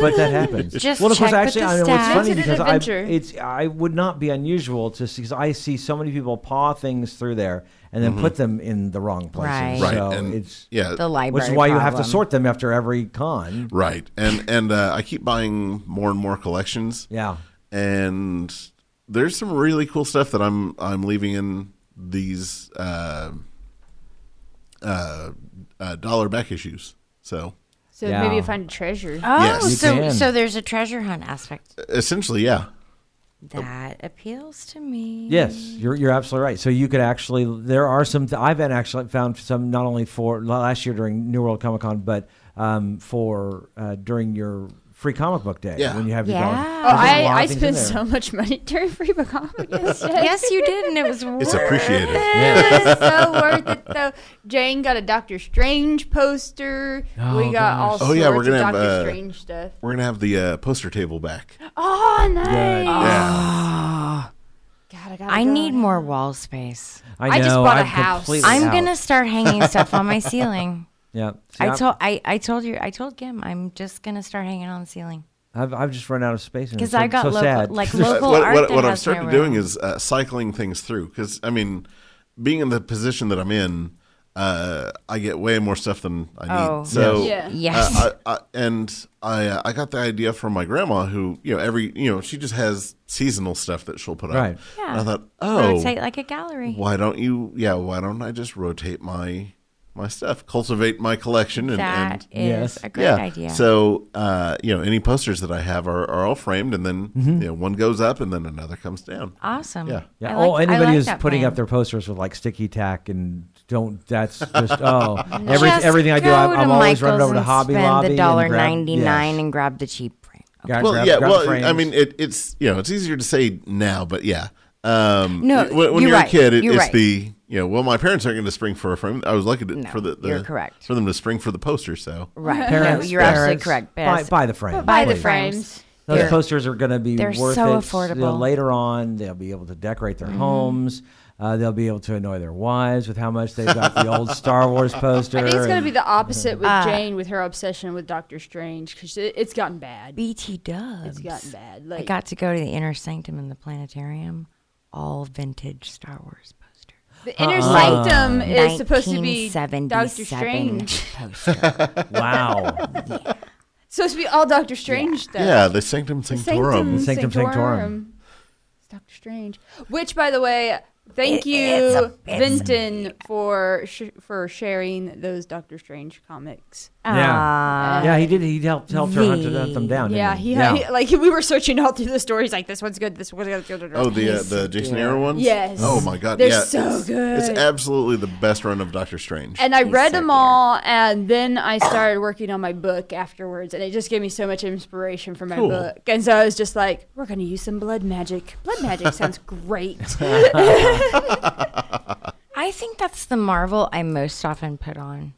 Speaker 1: but that happens.
Speaker 3: Just
Speaker 1: well, of course,
Speaker 3: check with
Speaker 1: actually,
Speaker 3: the
Speaker 1: I know
Speaker 3: staff.
Speaker 1: what's funny
Speaker 2: Makes it an
Speaker 1: because I
Speaker 2: adventure.
Speaker 1: it's I would not be unusual to see because I see so many people paw things through there and then put them in the wrong places.
Speaker 3: Right.
Speaker 4: Mm-hmm. right.
Speaker 1: So
Speaker 4: and
Speaker 1: it's
Speaker 4: yeah.
Speaker 3: The library,
Speaker 1: which is why you have to
Speaker 3: problem.
Speaker 1: sort them after every con.
Speaker 4: right. And and uh, I keep buying more and more collections.
Speaker 1: Yeah.
Speaker 4: And there's some really cool stuff that I'm I'm leaving in these uh, uh, uh, dollar back issues. So
Speaker 2: So
Speaker 1: Yeah.
Speaker 2: maybe you find a treasure.
Speaker 3: Oh,
Speaker 4: Yes. You
Speaker 3: so
Speaker 1: can.
Speaker 3: so there's a treasure hunt aspect
Speaker 4: essentially, yeah.
Speaker 3: that appeals to me.
Speaker 1: Yes, you're you're absolutely right. So you could actually there are some th- I've been actually found some not only for last year during New World Comic Con, but um, for uh, during your free comic book day
Speaker 4: Yeah.
Speaker 1: when you have your
Speaker 3: Yeah.
Speaker 1: dollar-
Speaker 3: Oh,
Speaker 1: there's
Speaker 2: Oh,
Speaker 1: a
Speaker 2: I,
Speaker 1: lot of
Speaker 2: I
Speaker 1: things in
Speaker 2: spent
Speaker 1: there.
Speaker 2: so much money during free book comic
Speaker 3: yes, you did, and it was
Speaker 4: It's
Speaker 3: worth
Speaker 4: appreciated.
Speaker 2: It was so worth it though. Jane got a Doctor Strange poster. we
Speaker 1: Oh,
Speaker 2: got all
Speaker 1: gosh.
Speaker 2: sorts
Speaker 4: Oh, yeah, we're
Speaker 2: of
Speaker 4: gonna have,
Speaker 2: Doctor
Speaker 4: uh,
Speaker 2: Strange stuff.
Speaker 4: We're gonna have the uh, poster table back.
Speaker 2: Oh nice.
Speaker 1: Good.
Speaker 3: Oh,
Speaker 4: Yeah.
Speaker 2: God, I, gotta
Speaker 3: I
Speaker 2: go.
Speaker 3: need more wall space.
Speaker 1: I,
Speaker 2: I just
Speaker 1: know,
Speaker 2: bought a
Speaker 1: I'm
Speaker 2: house.
Speaker 1: completely
Speaker 3: I'm
Speaker 1: out.
Speaker 3: gonna start hanging stuff on my ceiling.
Speaker 1: Yeah, See,
Speaker 3: I
Speaker 1: I'm-
Speaker 3: told I, I told you I told Kim I'm just gonna start hanging on the ceiling
Speaker 1: I've, I've just run out of space
Speaker 3: because
Speaker 1: because
Speaker 3: I got
Speaker 1: so
Speaker 3: local
Speaker 1: sad.
Speaker 3: like local
Speaker 4: what,
Speaker 3: art.
Speaker 4: what,
Speaker 3: that
Speaker 4: what I've
Speaker 3: has no
Speaker 4: started
Speaker 3: room.
Speaker 4: doing is uh, cycling things through because I mean, being in the position that I'm in, uh, I get way more stuff than I need.
Speaker 3: Oh.
Speaker 4: So
Speaker 2: Yes. Yeah.
Speaker 3: Yes.
Speaker 4: uh, I, I, and I uh, I got the idea from my grandma who you know every you know she just has seasonal stuff that she'll put up.
Speaker 1: Right.
Speaker 3: Yeah.
Speaker 4: And I thought, oh,
Speaker 3: rotate like a gallery.
Speaker 4: why don't you? Yeah, why don't I just rotate my my stuff, cultivate my collection, and, and
Speaker 3: That is
Speaker 1: Yes.
Speaker 3: a great idea.
Speaker 4: So uh, you know, any posters that I have are, are all framed, and then
Speaker 1: Mm-hmm.
Speaker 4: you know, one goes up, and then another comes down.
Speaker 3: awesome.
Speaker 4: Yeah.
Speaker 3: I
Speaker 1: Yeah.
Speaker 3: like-
Speaker 1: oh,
Speaker 3: I
Speaker 1: anybody
Speaker 3: like
Speaker 1: who's
Speaker 3: that
Speaker 1: putting
Speaker 3: plan.
Speaker 1: up their posters with like sticky tack and don't. That's just oh, every,
Speaker 3: Just
Speaker 1: everything I do,
Speaker 3: go
Speaker 1: I'm,
Speaker 3: to
Speaker 1: I'm always running
Speaker 3: Michael's
Speaker 1: over to
Speaker 3: and
Speaker 1: Hobby
Speaker 3: spend
Speaker 1: Lobby
Speaker 3: the dollar
Speaker 1: and grab-
Speaker 3: ninety nine and grab the cheap print.
Speaker 1: Yes. Gotta
Speaker 4: well,
Speaker 1: grab-
Speaker 4: yeah,
Speaker 1: grab the
Speaker 4: well,
Speaker 1: frames.
Speaker 4: I mean, it, it's you know, it's easier to say now, but yeah. Um,
Speaker 3: No,
Speaker 4: when, when
Speaker 3: you're
Speaker 4: you're,
Speaker 3: right.
Speaker 4: a kid, it,
Speaker 3: You're
Speaker 4: it's
Speaker 3: right.
Speaker 4: the you know, well, my parents aren't going to spring for a frame. I was lucky to,
Speaker 3: No,
Speaker 4: for the, the
Speaker 3: you're correct.
Speaker 4: for them to spring for the poster. So
Speaker 3: Right. No,
Speaker 1: parents,
Speaker 3: you're absolutely
Speaker 1: parents,
Speaker 3: correct.
Speaker 1: Buy,
Speaker 3: Bess.
Speaker 1: buy the frame.
Speaker 2: Buy the
Speaker 1: please.
Speaker 2: frames.
Speaker 1: Those
Speaker 3: They're-
Speaker 1: posters are going to be
Speaker 3: they're
Speaker 1: worth
Speaker 3: so
Speaker 1: it.
Speaker 3: affordable. Mm-hmm.
Speaker 1: You know, later on, they'll be able to decorate their homes. Uh, they'll be able to annoy their wives with how much they've got the old Star Wars poster.
Speaker 2: I think it's going
Speaker 1: and-
Speaker 2: to be the opposite with
Speaker 3: Uh,
Speaker 2: Jane with her obsession with Doctor Strange because it, it's gotten bad.
Speaker 3: BT Dubs.
Speaker 2: It's gotten bad.
Speaker 3: I
Speaker 2: Like
Speaker 3: got to go to the inner sanctum in the planetarium, all vintage Star Wars poster.
Speaker 2: the inner
Speaker 3: Like
Speaker 2: Uh, sanctum is supposed to be Doctor
Speaker 3: 1977
Speaker 2: Strange.
Speaker 3: poster.
Speaker 1: wow.
Speaker 2: It's supposed to be all Doctor Strange stuff.
Speaker 4: yeah, the Sanctum Sanctorum.
Speaker 1: Sanctum Sanctorum.
Speaker 2: It's Doctor Strange. Which, by the way, thank
Speaker 3: It- it's
Speaker 2: you,
Speaker 3: a- it's a-
Speaker 2: Vinton, for sh- for sharing those Doctor Strange comics.
Speaker 1: Yeah.
Speaker 3: Aw.
Speaker 1: Yeah, he did. He helped helped her hunt,
Speaker 3: The-
Speaker 1: hunt them down. didn't
Speaker 2: Yeah,
Speaker 1: he?
Speaker 2: he, had he- like we were searching all through the stories. Like this one's good. This one's good.
Speaker 4: Oh, the uh, the Jason Aaron ones.
Speaker 2: Yes.
Speaker 4: Oh my God.
Speaker 2: They're
Speaker 4: yeah,
Speaker 2: so
Speaker 4: it's, It's
Speaker 2: good.
Speaker 4: absolutely the best run of Doctor Strange.
Speaker 2: and I
Speaker 3: He's
Speaker 2: read
Speaker 3: so
Speaker 2: them
Speaker 3: dear.
Speaker 2: all, and then I started working on my book afterwards, and it just gave me so much inspiration for my
Speaker 4: Cool.
Speaker 2: book. And so I was just like, "We're gonna use some blood magic. Blood magic sounds great."
Speaker 3: I think that's the Marvel I most often put on.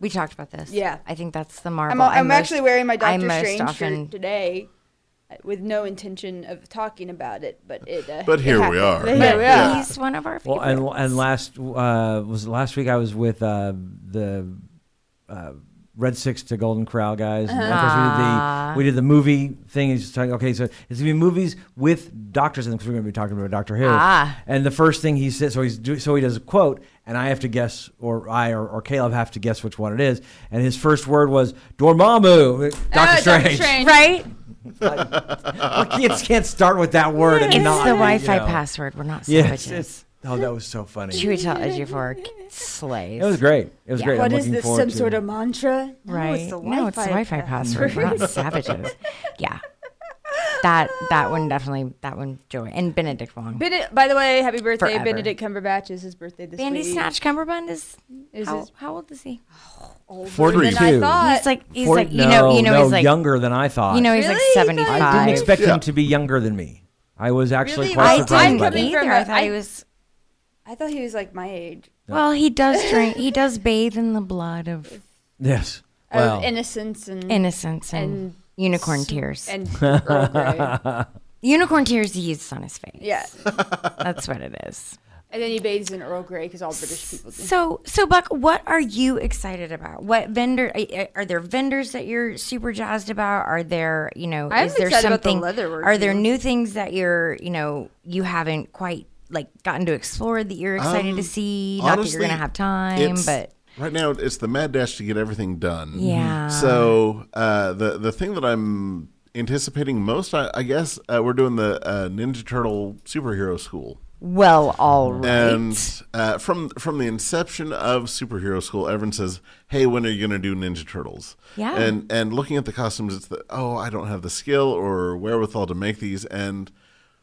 Speaker 3: We talked about this.
Speaker 2: Yeah.
Speaker 3: I think that's the Marvel.
Speaker 2: I'm,
Speaker 3: I
Speaker 2: I'm
Speaker 3: most-
Speaker 2: actually wearing my
Speaker 3: I
Speaker 2: Doctor
Speaker 3: most
Speaker 2: Strange
Speaker 3: often-
Speaker 2: shirt today, uh, with no intention of talking about it, but it. Uh,
Speaker 4: But
Speaker 2: it
Speaker 4: here
Speaker 2: happened.
Speaker 4: we are.
Speaker 2: Here we
Speaker 4: Yeah.
Speaker 2: are.
Speaker 3: He's one of our
Speaker 1: Well,
Speaker 3: favorites.
Speaker 1: and and last uh, was it last week I was with uh, the uh, Red Six to Golden Corral guys. And of course
Speaker 3: Ah.
Speaker 1: we, did the, we did the movie thing. And he's just talking. Okay, so it's gonna be movies with doctors, and 'cause we're gonna be talking about Doctor Who.
Speaker 3: Ah.
Speaker 1: And the first thing he says, so he's do, so he does a quote, and I have to guess, or I or, or Caleb have to guess which one it is. And his first word was Dormammu, Doctor
Speaker 2: Uh,
Speaker 1: Strange.
Speaker 2: Doctor Strange.
Speaker 3: right?
Speaker 1: Like, kids can't start with that word and
Speaker 3: It's
Speaker 1: not
Speaker 3: the
Speaker 1: you
Speaker 3: Wi-Fi
Speaker 1: know.
Speaker 3: password. We're not
Speaker 1: Yes.
Speaker 3: savages.
Speaker 1: it's- Oh, that was so funny.
Speaker 3: Should we tell Edgy Fork slays?
Speaker 1: It was great. It was
Speaker 3: Yeah.
Speaker 1: great.
Speaker 2: What
Speaker 1: I'm
Speaker 2: is
Speaker 1: looking
Speaker 2: this?
Speaker 1: forward
Speaker 2: Some
Speaker 1: to
Speaker 2: sort of mantra? No,
Speaker 3: Right?
Speaker 2: it's the Wi-Fi.
Speaker 3: No, it's the Wi-Fi
Speaker 2: pass-
Speaker 3: password. We're not savages. Yeah. That that one definitely. That one joy and Benedict Wong.
Speaker 2: Benedict, by the way, happy birthday,
Speaker 3: Forever.
Speaker 2: Benedict Cumberbatch. Is his birthday this
Speaker 3: Bandy
Speaker 2: week?
Speaker 3: Snatch Cumberbund is,
Speaker 2: Is
Speaker 3: how,
Speaker 2: his-
Speaker 3: how old is he?
Speaker 2: Older
Speaker 1: 42.
Speaker 2: than I thought.
Speaker 3: He's like he's
Speaker 1: Fort-
Speaker 3: like you
Speaker 1: no,
Speaker 3: know you know
Speaker 1: no,
Speaker 3: he's like
Speaker 1: younger than I thought.
Speaker 3: you know he's
Speaker 2: Really?
Speaker 3: like seventy five.
Speaker 1: I didn't expect
Speaker 4: Yeah.
Speaker 1: him to be younger than me. I was actually
Speaker 2: Really?
Speaker 1: quite
Speaker 2: I
Speaker 3: I
Speaker 1: surprised.
Speaker 3: didn't
Speaker 1: by that.
Speaker 2: I'm coming
Speaker 3: either.
Speaker 2: from
Speaker 3: I
Speaker 2: a-
Speaker 3: thought
Speaker 2: I-
Speaker 3: he was.
Speaker 2: I thought he was like my age.
Speaker 3: Well, he does drink. He does bathe in the blood of
Speaker 1: Yes. Well,
Speaker 2: Of innocence Oh, and
Speaker 3: innocence and,
Speaker 2: And
Speaker 3: unicorn tears.
Speaker 2: and Earl Grey.
Speaker 3: unicorn tears he uses on his face.
Speaker 2: yeah,
Speaker 3: that's what it is.
Speaker 2: and then he bathes in Earl Grey because all British people do.
Speaker 3: So, so Buck, what are you excited about? What vendor I- I- are there vendors that you're super jazzed about? Are there, you know,
Speaker 2: I'm
Speaker 3: is there
Speaker 2: excited about the
Speaker 3: something?
Speaker 2: leatherwork
Speaker 3: are there
Speaker 2: too.
Speaker 3: new things that you're, you know, you haven't quite like gotten to explore that you're excited to
Speaker 4: Um,
Speaker 3: see? Not that
Speaker 4: Honestly,
Speaker 3: you're gonna have time,
Speaker 4: it's-
Speaker 3: but
Speaker 4: right now it's the mad dash to get everything done.
Speaker 3: Yeah.
Speaker 4: So uh, the the thing that I'm anticipating most, I, I guess, uh, we're doing the uh, Ninja Turtle superhero school.
Speaker 3: well, all right.
Speaker 4: And uh, from from the inception of superhero school, everyone says, "Hey, when are you going to do Ninja Turtles?"
Speaker 3: Yeah.
Speaker 4: And and looking at the costumes, it's the oh, I don't have the skill or wherewithal to make these. And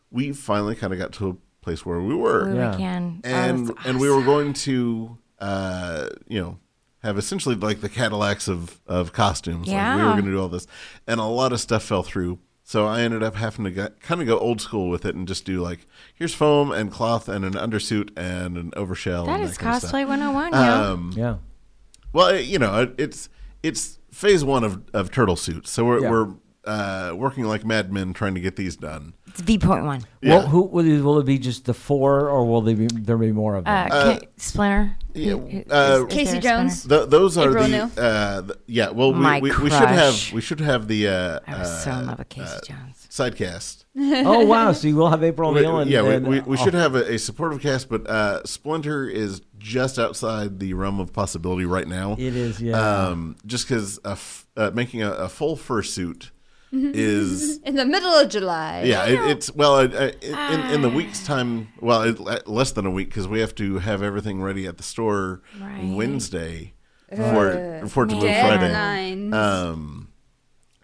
Speaker 4: we finally kind of got to a place where we were,
Speaker 3: Where
Speaker 1: Yeah.
Speaker 3: we can. Oh,
Speaker 4: and
Speaker 3: that's
Speaker 4: and we were going to, uh, you know, have essentially like the Cadillacs of of costumes. Like we
Speaker 3: Yeah.
Speaker 4: were going to do all this, and a lot of stuff fell through. So I ended up having to go, kind of go old school with it and just do like here's foam and cloth and an undersuit and an overshell.
Speaker 3: That
Speaker 4: and
Speaker 3: is
Speaker 4: kind of stuff. Um,
Speaker 3: cosplay 101, yo.
Speaker 1: yeah.
Speaker 4: Well, it- you know, it- it's it's phase one of, of turtle suits. So we're
Speaker 1: Yeah.
Speaker 4: we're uh, working like madmen trying to get these done.
Speaker 3: It's V.1.
Speaker 1: Well, who will it, will it be? Just the four, or will they be, there be more of
Speaker 3: Uh,
Speaker 1: them?
Speaker 3: K- Splinter.
Speaker 4: yeah,
Speaker 3: Who- who-
Speaker 4: uh,
Speaker 3: there a
Speaker 2: Casey
Speaker 3: Splinter?
Speaker 2: Jones.
Speaker 4: Th- those are
Speaker 2: April
Speaker 4: the,
Speaker 2: O'Neil?
Speaker 4: uh, the yeah. Well,
Speaker 3: My
Speaker 4: we, we, we should have
Speaker 3: crush.
Speaker 4: we should have the uh,
Speaker 3: I was so
Speaker 4: uh,
Speaker 3: in love with Casey Jones.
Speaker 4: sidecast.
Speaker 1: oh wow! So you will have April
Speaker 4: We-
Speaker 1: O'Neil and
Speaker 4: yeah, we,
Speaker 1: and-
Speaker 4: we, we
Speaker 1: oh,
Speaker 4: should have a, a supportive cast, but uh, Splinter is just outside the realm of possibility right now.
Speaker 1: It is, yeah.
Speaker 4: Um, just because uh, making a, a full fursuit is
Speaker 2: in the middle of July.
Speaker 4: yeah, it, it's well I, I, in, in the week's time. Well, it, le- less than a week because we have to have everything ready at the store
Speaker 3: Right.
Speaker 4: Wednesday for for delivery
Speaker 2: Dead
Speaker 4: Friday.
Speaker 2: nines.
Speaker 4: Um,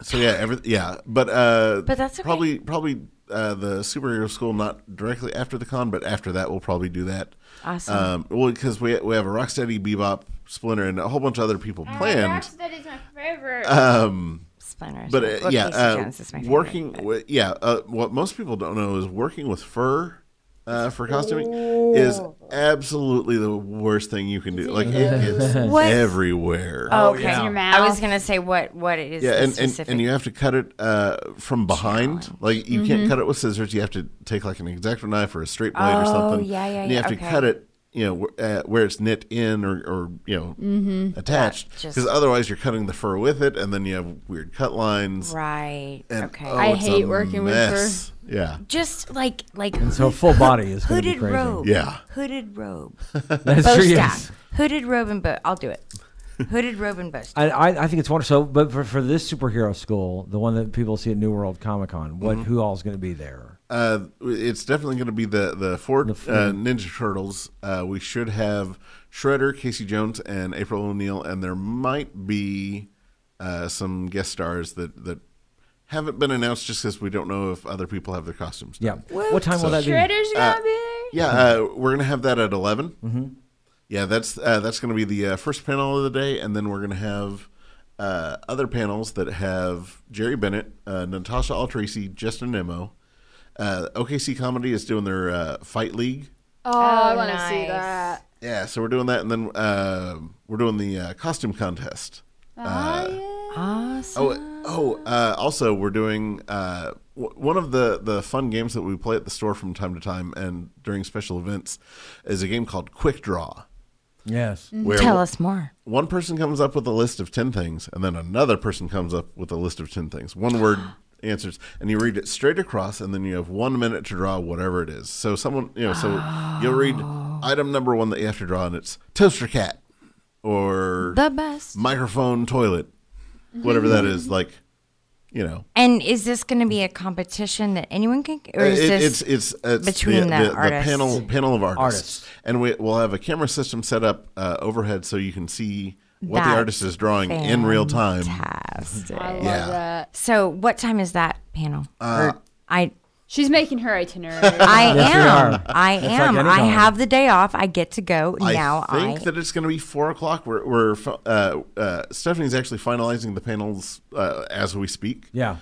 Speaker 4: so yeah, every yeah, but uh,
Speaker 3: But that's okay.
Speaker 4: probably probably uh, the superhero school not directly after the con, but after that we'll probably do that.
Speaker 3: Awesome.
Speaker 4: Um, well, because we we have a Rocksteady, Bebop, Splinter, and a whole bunch of other people planned.
Speaker 5: that is my favorite.
Speaker 4: Um,
Speaker 3: Splinters.
Speaker 4: but uh,
Speaker 3: Well,
Speaker 4: yeah,
Speaker 3: Casey
Speaker 4: uh,
Speaker 3: Jones is my favorite,
Speaker 4: working
Speaker 3: but-
Speaker 4: with, yeah, uh, what most people don't know is working with fur. Uh, for costuming is absolutely the worst thing you can do. Like it gets
Speaker 3: What? Oh,
Speaker 4: everywhere.
Speaker 3: Okay.
Speaker 2: It's in your Oh, mouth.
Speaker 3: I was gonna say what what it is.
Speaker 4: Oh, Yeah, and, and,
Speaker 3: specific.
Speaker 4: and you have to cut it uh, from behind. Like you
Speaker 2: Mm-hmm.
Speaker 4: can't cut it with scissors. You have to take like an exacto knife or a straight blade or
Speaker 3: Oh,
Speaker 4: something.
Speaker 3: yeah, yeah,
Speaker 4: And you
Speaker 3: yeah,
Speaker 4: have to
Speaker 3: okay.
Speaker 4: cut it. You know wh- uh, where it's knit in or, or you know
Speaker 2: Mm-hmm.
Speaker 4: attached,
Speaker 3: just-
Speaker 4: because otherwise you're cutting the fur with it, and then you have weird cut lines.
Speaker 3: right.
Speaker 4: And,
Speaker 3: okay.
Speaker 4: oh,
Speaker 2: I
Speaker 4: it's a
Speaker 2: hate working with fur.
Speaker 4: mess. Yeah,
Speaker 3: Just like like
Speaker 1: So full body is going to be
Speaker 3: hooded
Speaker 1: crazy.
Speaker 3: robe.
Speaker 4: Yeah.
Speaker 3: Hooded robe.
Speaker 1: That's
Speaker 3: Bow
Speaker 1: true.
Speaker 3: stack.
Speaker 1: Yes.
Speaker 3: Hooded robe and bow. I'll do it. Hooded robe and bow stack.
Speaker 1: I, I, I think it's wonderful. So, but for, for this superhero school, the one that people see at New World Comic Con, what who all's going to be there?
Speaker 4: uh, it's definitely going to be the the four uh, Ninja Turtles. Uh, we should have Shredder, Casey Jones, and April O'Neil, and there might be uh, some guest stars that that haven't been announced just because we don't know if other people have their costumes.
Speaker 1: Yeah.
Speaker 4: done.
Speaker 1: What, time will that be?
Speaker 2: Shredder's gonna be there.
Speaker 4: yeah. Uh, we're going to have that at 11 Mm-hmm. Yeah, that's uh, that's going to be the uh, first panel of the day, and then we're going to have. Uh, other panels that have Jerry Bennett, uh, Natasha Altracy, Justin Nemo. Uh, OKC Comedy is doing their uh, Fight League
Speaker 2: Oh, I want to see
Speaker 3: nice.
Speaker 2: that.
Speaker 4: Yeah, so we're doing that, and then uh, we're doing the uh, costume contest. Uh,
Speaker 3: Awesome.
Speaker 4: Oh, oh! Uh, also, we're doing uh, w- one of the the fun games that we play at the store from time to time, and during special events, is a game called Quick Draw,
Speaker 1: Yes.
Speaker 4: where
Speaker 3: Tell us more.
Speaker 4: one person comes up with a list of ten things, and then another person comes up with a list of ten things. One word answers, and you read it straight across, and then you have one minute to draw whatever it is. So someone, you know, so you'll read
Speaker 3: Oh.
Speaker 4: item number one that you have to draw, and it's toaster cat, or
Speaker 3: The best.
Speaker 4: microphone toilet, whatever that is.
Speaker 3: Mm-hmm.
Speaker 4: Like, you know,
Speaker 3: And is this going to be a competition that anyone can, or is
Speaker 4: Uh, It-
Speaker 3: this?
Speaker 4: it's it's it's
Speaker 3: between the
Speaker 4: the,
Speaker 3: artists?
Speaker 4: panel panel of artists,
Speaker 1: Artists.
Speaker 4: and we, we'll have a camera system set up uh, overhead so you can see what the
Speaker 3: That's
Speaker 4: artist is drawing in real time.
Speaker 3: fantastic.
Speaker 2: I love
Speaker 4: Yeah.
Speaker 2: that.
Speaker 3: So, what time is that panel?
Speaker 4: Uh,
Speaker 3: Or- I
Speaker 2: She's making her itinerary.
Speaker 3: I
Speaker 1: Yes, we
Speaker 3: am.
Speaker 1: are.
Speaker 3: I
Speaker 1: It's like
Speaker 3: am.
Speaker 1: any
Speaker 3: I
Speaker 1: time.
Speaker 3: have the day off. I get to go now.
Speaker 4: I think
Speaker 3: I
Speaker 4: that it's going to be four o'clock. We're, we're fi- uh, uh, Stephanie's actually finalizing the panels uh, as we speak.
Speaker 1: Yeah.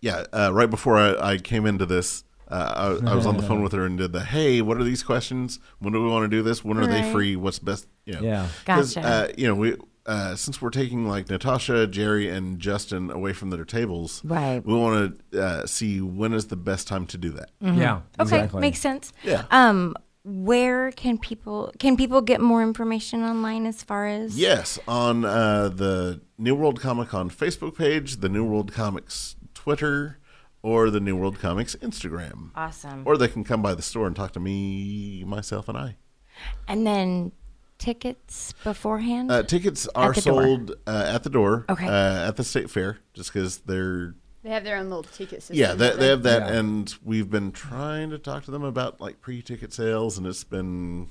Speaker 4: yeah. Uh, right before I, I came into this, uh, I, I was on the phone with her and did the hey, what are these questions? When do we want to do this? When are they
Speaker 3: Right.
Speaker 4: free? What's best? You know,
Speaker 1: Yeah.
Speaker 4: 'Cause,
Speaker 3: Gotcha.
Speaker 4: Uh, you know, we uh, since we're taking like Natasha, Jerry, and Justin away from their tables,
Speaker 3: Right.
Speaker 4: We want to uh, see when is the best time to do that.
Speaker 1: Yeah.
Speaker 3: Mm-hmm. okay
Speaker 1: Exactly.
Speaker 3: makes sense.
Speaker 4: Yeah.
Speaker 3: Um, where can people can people get more information online as far as?
Speaker 4: Yes, on uh, the New World Comic Con Facebook page, the New World Comics Twitter, or the New World Comics Instagram.
Speaker 3: Awesome.
Speaker 4: Or they can come by the store and talk to me, myself, and I.
Speaker 3: and then tickets beforehand.
Speaker 4: Uh, tickets are
Speaker 3: the door.
Speaker 4: sold uh, at the door
Speaker 3: Okay.
Speaker 4: uh, at the state fair just because they're
Speaker 2: they have their own little ticket system.
Speaker 4: yeah they, they have that
Speaker 1: Yeah.
Speaker 4: and we've been trying to talk to them about like pre-ticket sales and it's been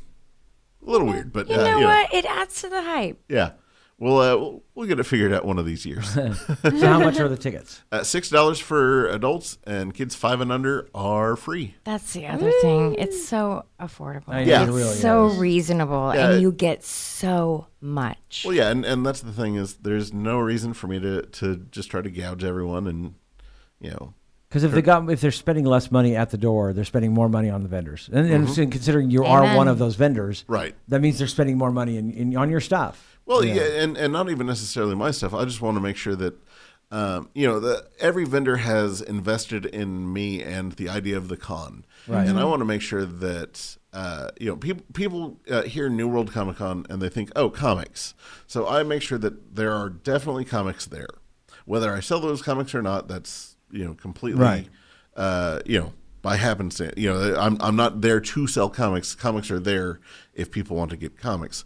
Speaker 4: a little weird but
Speaker 3: you
Speaker 4: uh,
Speaker 3: know
Speaker 4: you know,
Speaker 3: what? It adds to the hype.
Speaker 4: yeah we'll, uh, we'll we'll get it figured out one of these years
Speaker 1: so how much are the tickets?
Speaker 4: Uh, Six dollars for adults and kids five and under are free.
Speaker 3: That's the other thing. It's so affordable.
Speaker 1: I
Speaker 4: Yeah.
Speaker 1: know, it really
Speaker 3: so
Speaker 1: is.
Speaker 3: reasonable,
Speaker 4: Yeah.
Speaker 3: and you get so much.
Speaker 4: Well, yeah, and, and that's the thing is there's no reason for me to to just try to gouge everyone and you know
Speaker 1: Because if they got if they're spending less money at the door, they're spending more money on the vendors. And, and so considering you are one
Speaker 3: Amen.
Speaker 1: of those vendors,
Speaker 4: Right.
Speaker 1: That means they're spending more money in, in on your stuff.
Speaker 4: Well, yeah, and, and not even necessarily my stuff. I just want to make sure that, um, you know, the, every vendor has invested in me and the idea of the con. Right. And I want to make sure that, uh, you know, people people uh, hear New World Comic Con and they think, oh, comics. So I make sure that there are definitely comics there. Whether I sell those comics or not, that's, you know, completely,
Speaker 1: Right.
Speaker 4: uh, you know, by happenstance. You know, I'm, I'm not there to sell comics. Comics are there if people want to get comics.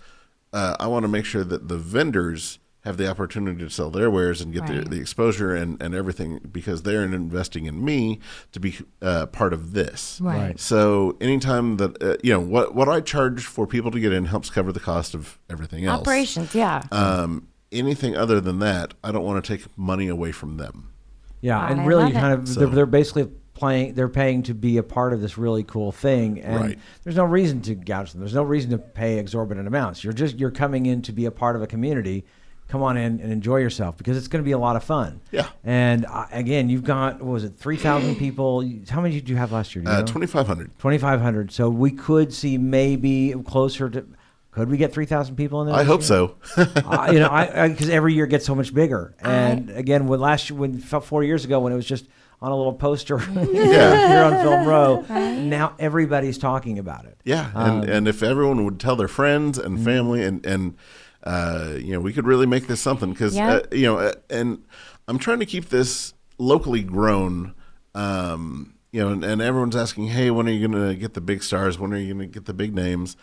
Speaker 4: Uh, I want to make sure that the vendors have the opportunity to sell their wares and get
Speaker 3: Right.
Speaker 4: the, the exposure and, and everything because they're investing in me to be uh, part of this.
Speaker 1: Right.
Speaker 4: So anytime that uh, you know what what I charge for people to get in helps cover the cost of everything else.
Speaker 3: Operations, yeah.
Speaker 4: Um, anything other than that, I don't want to take money away from them.
Speaker 1: Yeah,
Speaker 3: God,
Speaker 1: and
Speaker 3: I
Speaker 1: really
Speaker 3: love
Speaker 1: kind
Speaker 3: it.
Speaker 1: of they're, they're basically playing they're paying to be a part of this really cool thing and
Speaker 4: Right.
Speaker 1: there's no reason to gouge them. There's no reason to pay exorbitant amounts. You're just you're coming in to be a part of a community. Come on in and enjoy yourself because it's going to be a lot of fun.
Speaker 4: Yeah.
Speaker 1: And uh, again, you've got what was it 3,000 people. How many did you have last year? do you
Speaker 4: Uh,
Speaker 1: know?
Speaker 4: Twenty five hundred.
Speaker 1: 2,500. So we could see maybe closer to could we get 3,000 people in there?
Speaker 4: I
Speaker 1: this
Speaker 4: hope
Speaker 1: year?
Speaker 4: so.
Speaker 1: I, Uh, you know, I because every year gets so much bigger. And again, when last year, when f- four years ago, when it was just on a little poster here on Film Row, now everybody's talking about it.
Speaker 4: Yeah,
Speaker 3: Um,
Speaker 4: and, and if everyone would tell their friends and
Speaker 3: Mm-hmm.
Speaker 4: family, and and uh, you know, we could really make this something because
Speaker 3: Yeah.
Speaker 4: uh, you know, uh, and I'm trying to keep this locally grown. Um, you know, and, and everyone's asking, "Hey, when are you going to get the big stars? When are you going to get the big names?"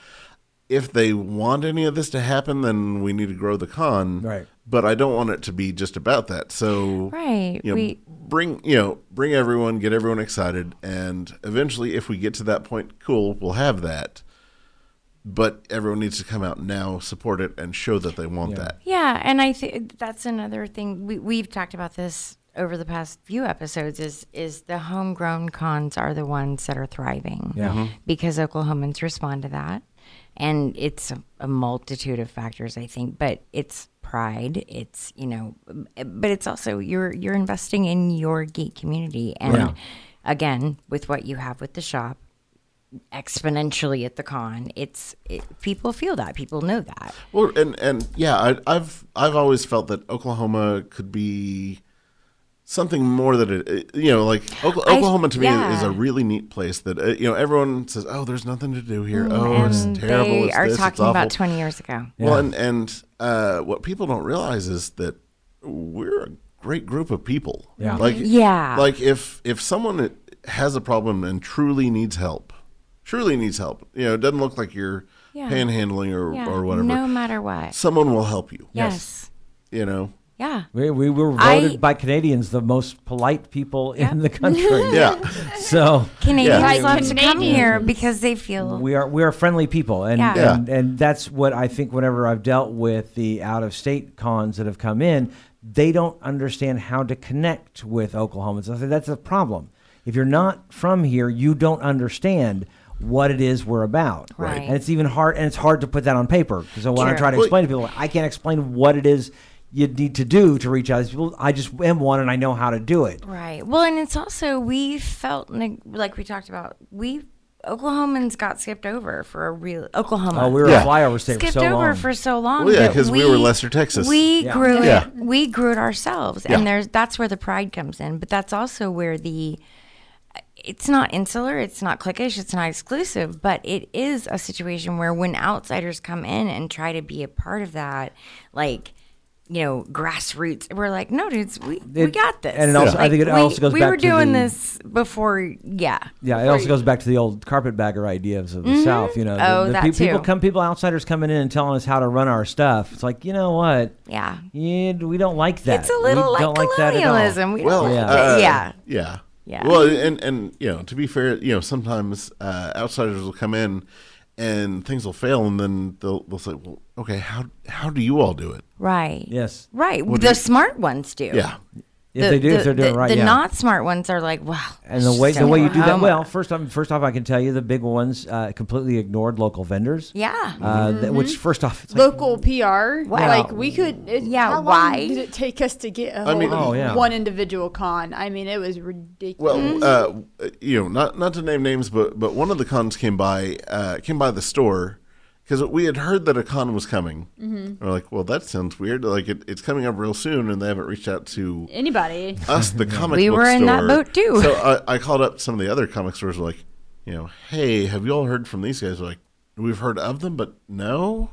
Speaker 4: If they want any of this to happen, then we need to grow the con.
Speaker 1: Right.
Speaker 4: But I don't want it to be just about that. So
Speaker 3: Right,
Speaker 4: you know,
Speaker 3: we-
Speaker 4: bring you know bring everyone get everyone excited and eventually if we get to that point cool we'll have that but everyone needs to come out now support it and show that they want that
Speaker 3: Yeah, and I think that's another thing we we've talked about this over the past few episodes is is the homegrown cons are the ones that are thriving.
Speaker 1: Yeah. Mhm.
Speaker 3: Because Oklahomans respond to that. And it's a, a multitude of factors I think, but it's pride, it's, you know, eh, but it's also you're you're investing in your geek community and
Speaker 1: Yeah.
Speaker 3: again, with what you have with the shop exponentially at the con, it's it, people feel that, people know that.
Speaker 4: well and and yeah I, i've i've always felt that oklahoma could be something more that it you know like Okla-
Speaker 3: I-
Speaker 4: oklahoma to me
Speaker 3: yeah.
Speaker 4: is a really neat place that uh, you know everyone says oh there's nothing to do here oh it's
Speaker 3: Mm, And
Speaker 4: terrible
Speaker 3: They
Speaker 4: it's
Speaker 3: are
Speaker 4: this, it's
Speaker 3: talking about
Speaker 4: awful."
Speaker 3: 20 years ago.
Speaker 4: Well, and, and uh, what people don't realize is that we're a great group of people.
Speaker 1: Yeah.
Speaker 4: Like
Speaker 3: Yeah.
Speaker 4: Like if if someone has a problem and truly needs help, truly needs help. You know, it doesn't look like you're
Speaker 3: Yeah.
Speaker 4: panhandling or,
Speaker 3: Yeah,
Speaker 4: or whatever.
Speaker 3: No matter what.
Speaker 4: Someone will help you.
Speaker 3: Yes.
Speaker 4: You know.
Speaker 3: Yeah.
Speaker 1: We, we were
Speaker 3: I-
Speaker 1: voted by Canadians the most polite people
Speaker 3: Yeah.
Speaker 1: in the country.
Speaker 4: Yeah.
Speaker 1: So
Speaker 3: Canadians
Speaker 4: Right,
Speaker 3: love to come
Speaker 2: Canadians.
Speaker 3: here because they feel.
Speaker 1: we are we are friendly people, and,
Speaker 3: Yeah.
Speaker 4: Yeah.
Speaker 1: and and that's what I think. Whenever I've dealt with the out of state cons that have come in, they don't understand how to connect with Oklahomans. I say that's a problem. If you're not from here, you don't understand what it is we're about,
Speaker 3: Right.
Speaker 1: And it's even hard, and it's hard to put that on paper. So when I
Speaker 3: True.
Speaker 1: try to
Speaker 4: Well,
Speaker 1: explain to people, I can't explain what it is you need to do to reach out to these people. I just am one, and I know how to do it.
Speaker 3: right. Well, and it's also, we felt neg- like we talked about, we. Oklahomans got skipped over for a real Oklahoma.
Speaker 1: Oh, we were
Speaker 4: Yeah.
Speaker 1: a flyover state for
Speaker 3: skipped
Speaker 1: so
Speaker 3: over
Speaker 1: long.
Speaker 3: for so long.
Speaker 4: Well, yeah,
Speaker 3: that
Speaker 4: 'cause we were Lesser Texas.
Speaker 3: We
Speaker 1: Yeah.
Speaker 3: grew
Speaker 4: Yeah.
Speaker 3: it. We grew it ourselves,
Speaker 4: Yeah.
Speaker 3: and there's that's where the pride comes in. But that's also where the it's not insular, it's not cliquish, it's not exclusive, but it is a situation where when outsiders come in and try to be a part of that, like. You know, grassroots. We're like, no, dudes, we, we
Speaker 1: It-
Speaker 3: got this.
Speaker 1: and it also- I
Speaker 3: Like,
Speaker 1: think it
Speaker 3: we,
Speaker 1: also goes
Speaker 3: We
Speaker 1: back
Speaker 3: were
Speaker 1: to
Speaker 3: doing
Speaker 1: the-
Speaker 3: this before, yeah.
Speaker 1: Yeah, it also goes back to the old carpetbagger ideas of the South. You know, the-
Speaker 3: Oh,
Speaker 1: the
Speaker 3: that
Speaker 1: peop- people
Speaker 3: too.
Speaker 1: come, people outsiders coming in and telling us how to run our stuff. It's like, you know what?
Speaker 3: Yeah.
Speaker 1: Yeah, we don't like that.
Speaker 3: It's a little
Speaker 1: we don't
Speaker 3: like
Speaker 1: that at all.
Speaker 3: colonialism. We
Speaker 4: Well,
Speaker 3: don't
Speaker 1: Yeah.
Speaker 3: like
Speaker 4: uh,
Speaker 3: it. yeah.
Speaker 4: yeah,
Speaker 3: Yeah.
Speaker 4: Well, and and you know, to be fair, you know, sometimes uh, outsiders will come in and things will fail, and then they'll they'll say, "Well, okay, how how do you all do it?"
Speaker 3: Right.
Speaker 1: Yes,
Speaker 3: Right. The smart ones do.
Speaker 4: Yeah.
Speaker 1: if they do, if they're doing
Speaker 3: the,
Speaker 1: right.
Speaker 3: The
Speaker 1: yeah.
Speaker 3: not smart ones are like, wow.
Speaker 1: and the
Speaker 3: it's
Speaker 1: way
Speaker 3: just
Speaker 1: the way you
Speaker 3: another
Speaker 1: do that.
Speaker 3: home.
Speaker 1: Well, first off, first off, I can tell you the big ones uh, completely ignored local vendors.
Speaker 3: yeah. Mm-hmm.
Speaker 1: Uh, th- which first off, it's like,
Speaker 2: Local PR. Like we could. It,
Speaker 3: Yeah,
Speaker 2: How long
Speaker 3: why?
Speaker 2: did it take us to get a
Speaker 4: I
Speaker 2: hold
Speaker 4: mean-
Speaker 2: of
Speaker 1: Oh, yeah.
Speaker 2: one individual con? I mean, it was ridiculous.
Speaker 4: Well, uh, you know, not not to name names, but but one of the cons came by uh, came by the store because we had heard that a con was coming. We're like, well, that sounds weird. Like it, it's coming up real soon, and they haven't reached out to
Speaker 2: Anybody?
Speaker 4: us, the comic.
Speaker 3: We
Speaker 4: book
Speaker 3: were in that
Speaker 4: store.
Speaker 3: boat, too.
Speaker 4: So I, I called up some of the other comic stores, like, you know, hey, have you all heard from these guys? We're like, we've heard of them, but no.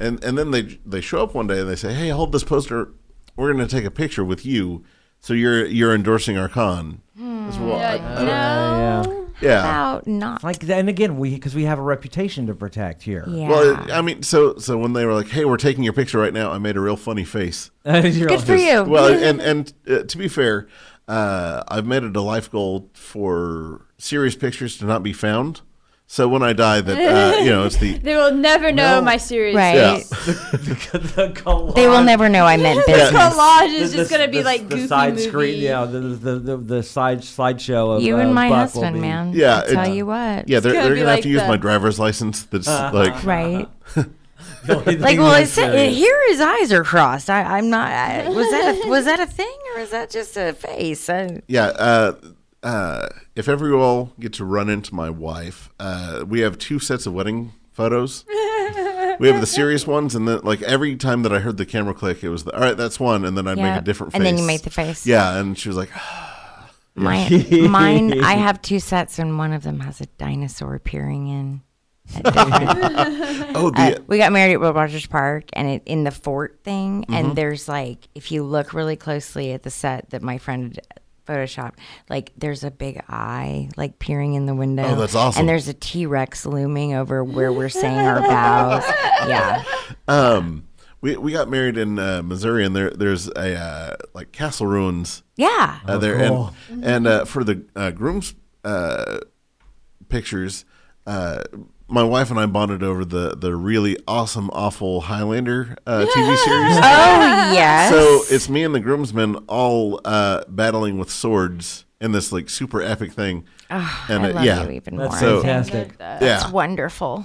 Speaker 4: And and then they they show up one day and they say, hey, hold this poster. We're going to take a picture
Speaker 3: Hmm.
Speaker 4: with you. So you're you're endorsing our con. I said, well, I- I
Speaker 2: no.
Speaker 4: don't-
Speaker 1: yeah.
Speaker 3: How
Speaker 4: Yeah.
Speaker 3: about not?
Speaker 1: Like, th- and again, we because we have a reputation to protect here.
Speaker 3: yeah.
Speaker 4: Well, I mean, so so when they were like, "Hey, we're taking your picture right now," I made a real funny face.
Speaker 1: You're
Speaker 3: Good
Speaker 1: like-
Speaker 3: for you.
Speaker 4: Well, and and uh, to be fair, uh, I've made it a life goal for serious pictures to not be found. So when I die, that uh, you know, it's the
Speaker 2: They will never know
Speaker 1: No.
Speaker 2: my series.
Speaker 3: right.
Speaker 4: yeah.
Speaker 1: the collage.
Speaker 3: They will never know I meant
Speaker 2: The
Speaker 3: business.
Speaker 2: collage
Speaker 1: The-
Speaker 2: is
Speaker 1: the-
Speaker 2: just gonna be
Speaker 1: the-
Speaker 2: like
Speaker 1: the
Speaker 2: goofy
Speaker 1: side
Speaker 2: movie.
Speaker 1: screen. Yeah, the the the, the side slideshow of
Speaker 3: You
Speaker 1: uh,
Speaker 3: and my
Speaker 1: Buck will
Speaker 3: husband,
Speaker 1: be-
Speaker 3: man.
Speaker 4: Yeah,
Speaker 3: I tell
Speaker 4: it-
Speaker 3: you what.
Speaker 4: yeah. They're,
Speaker 2: gonna
Speaker 4: they're
Speaker 2: be
Speaker 4: gonna have
Speaker 2: like
Speaker 4: to use
Speaker 2: the-
Speaker 4: my driver's license. That's like
Speaker 3: Right.
Speaker 1: Uh, the only
Speaker 3: Like,
Speaker 1: thing
Speaker 3: well,
Speaker 1: that's,
Speaker 3: it's,
Speaker 1: uh,
Speaker 3: it, here his eyes are crossed. I, I'm not. I, was that a, was that a thing or is that just a face? I,
Speaker 4: yeah. Uh, uh, if ever you all get to run into my wife, uh, we have two sets of wedding photos. we have the serious ones, and then like every time that I heard the camera click, it was the, all right. That's one, and then I'd make
Speaker 3: Yeah.
Speaker 4: a different face.
Speaker 3: And then you make the face.
Speaker 4: Yeah, and she was like,
Speaker 3: My, mine. I have two sets, and one of them has a dinosaur peering in. at different-
Speaker 4: "Oh, the,
Speaker 3: uh, we got married at Will Rogers Park, and it, in the fort thing,
Speaker 4: Mm-hmm.
Speaker 3: and there's like, if you look really closely at the set that my friend photoshopped, like there's a big eye like peering in the window.
Speaker 4: Oh, that's awesome.
Speaker 3: And there's a T Rex looming over where we're saying our vows. Yeah.
Speaker 4: Um, we, we got married in uh, Missouri, and there there's a uh, like castle ruins
Speaker 3: Yeah.
Speaker 4: uh, there,
Speaker 1: cool.
Speaker 3: Mm-hmm.
Speaker 4: and and uh, for the uh, groom's uh, pictures, uh, my wife and I bonded over the the really awesome, awful Highlander uh, TV series.
Speaker 3: Oh yes.
Speaker 4: So it's me and the groomsmen all uh, battling with swords in this like super epic thing, and
Speaker 3: Ah, I
Speaker 4: uh,
Speaker 3: love
Speaker 4: yeah,
Speaker 3: you even
Speaker 1: That's
Speaker 3: more.
Speaker 4: So-
Speaker 1: fantastic.
Speaker 4: yeah.
Speaker 3: wonderful.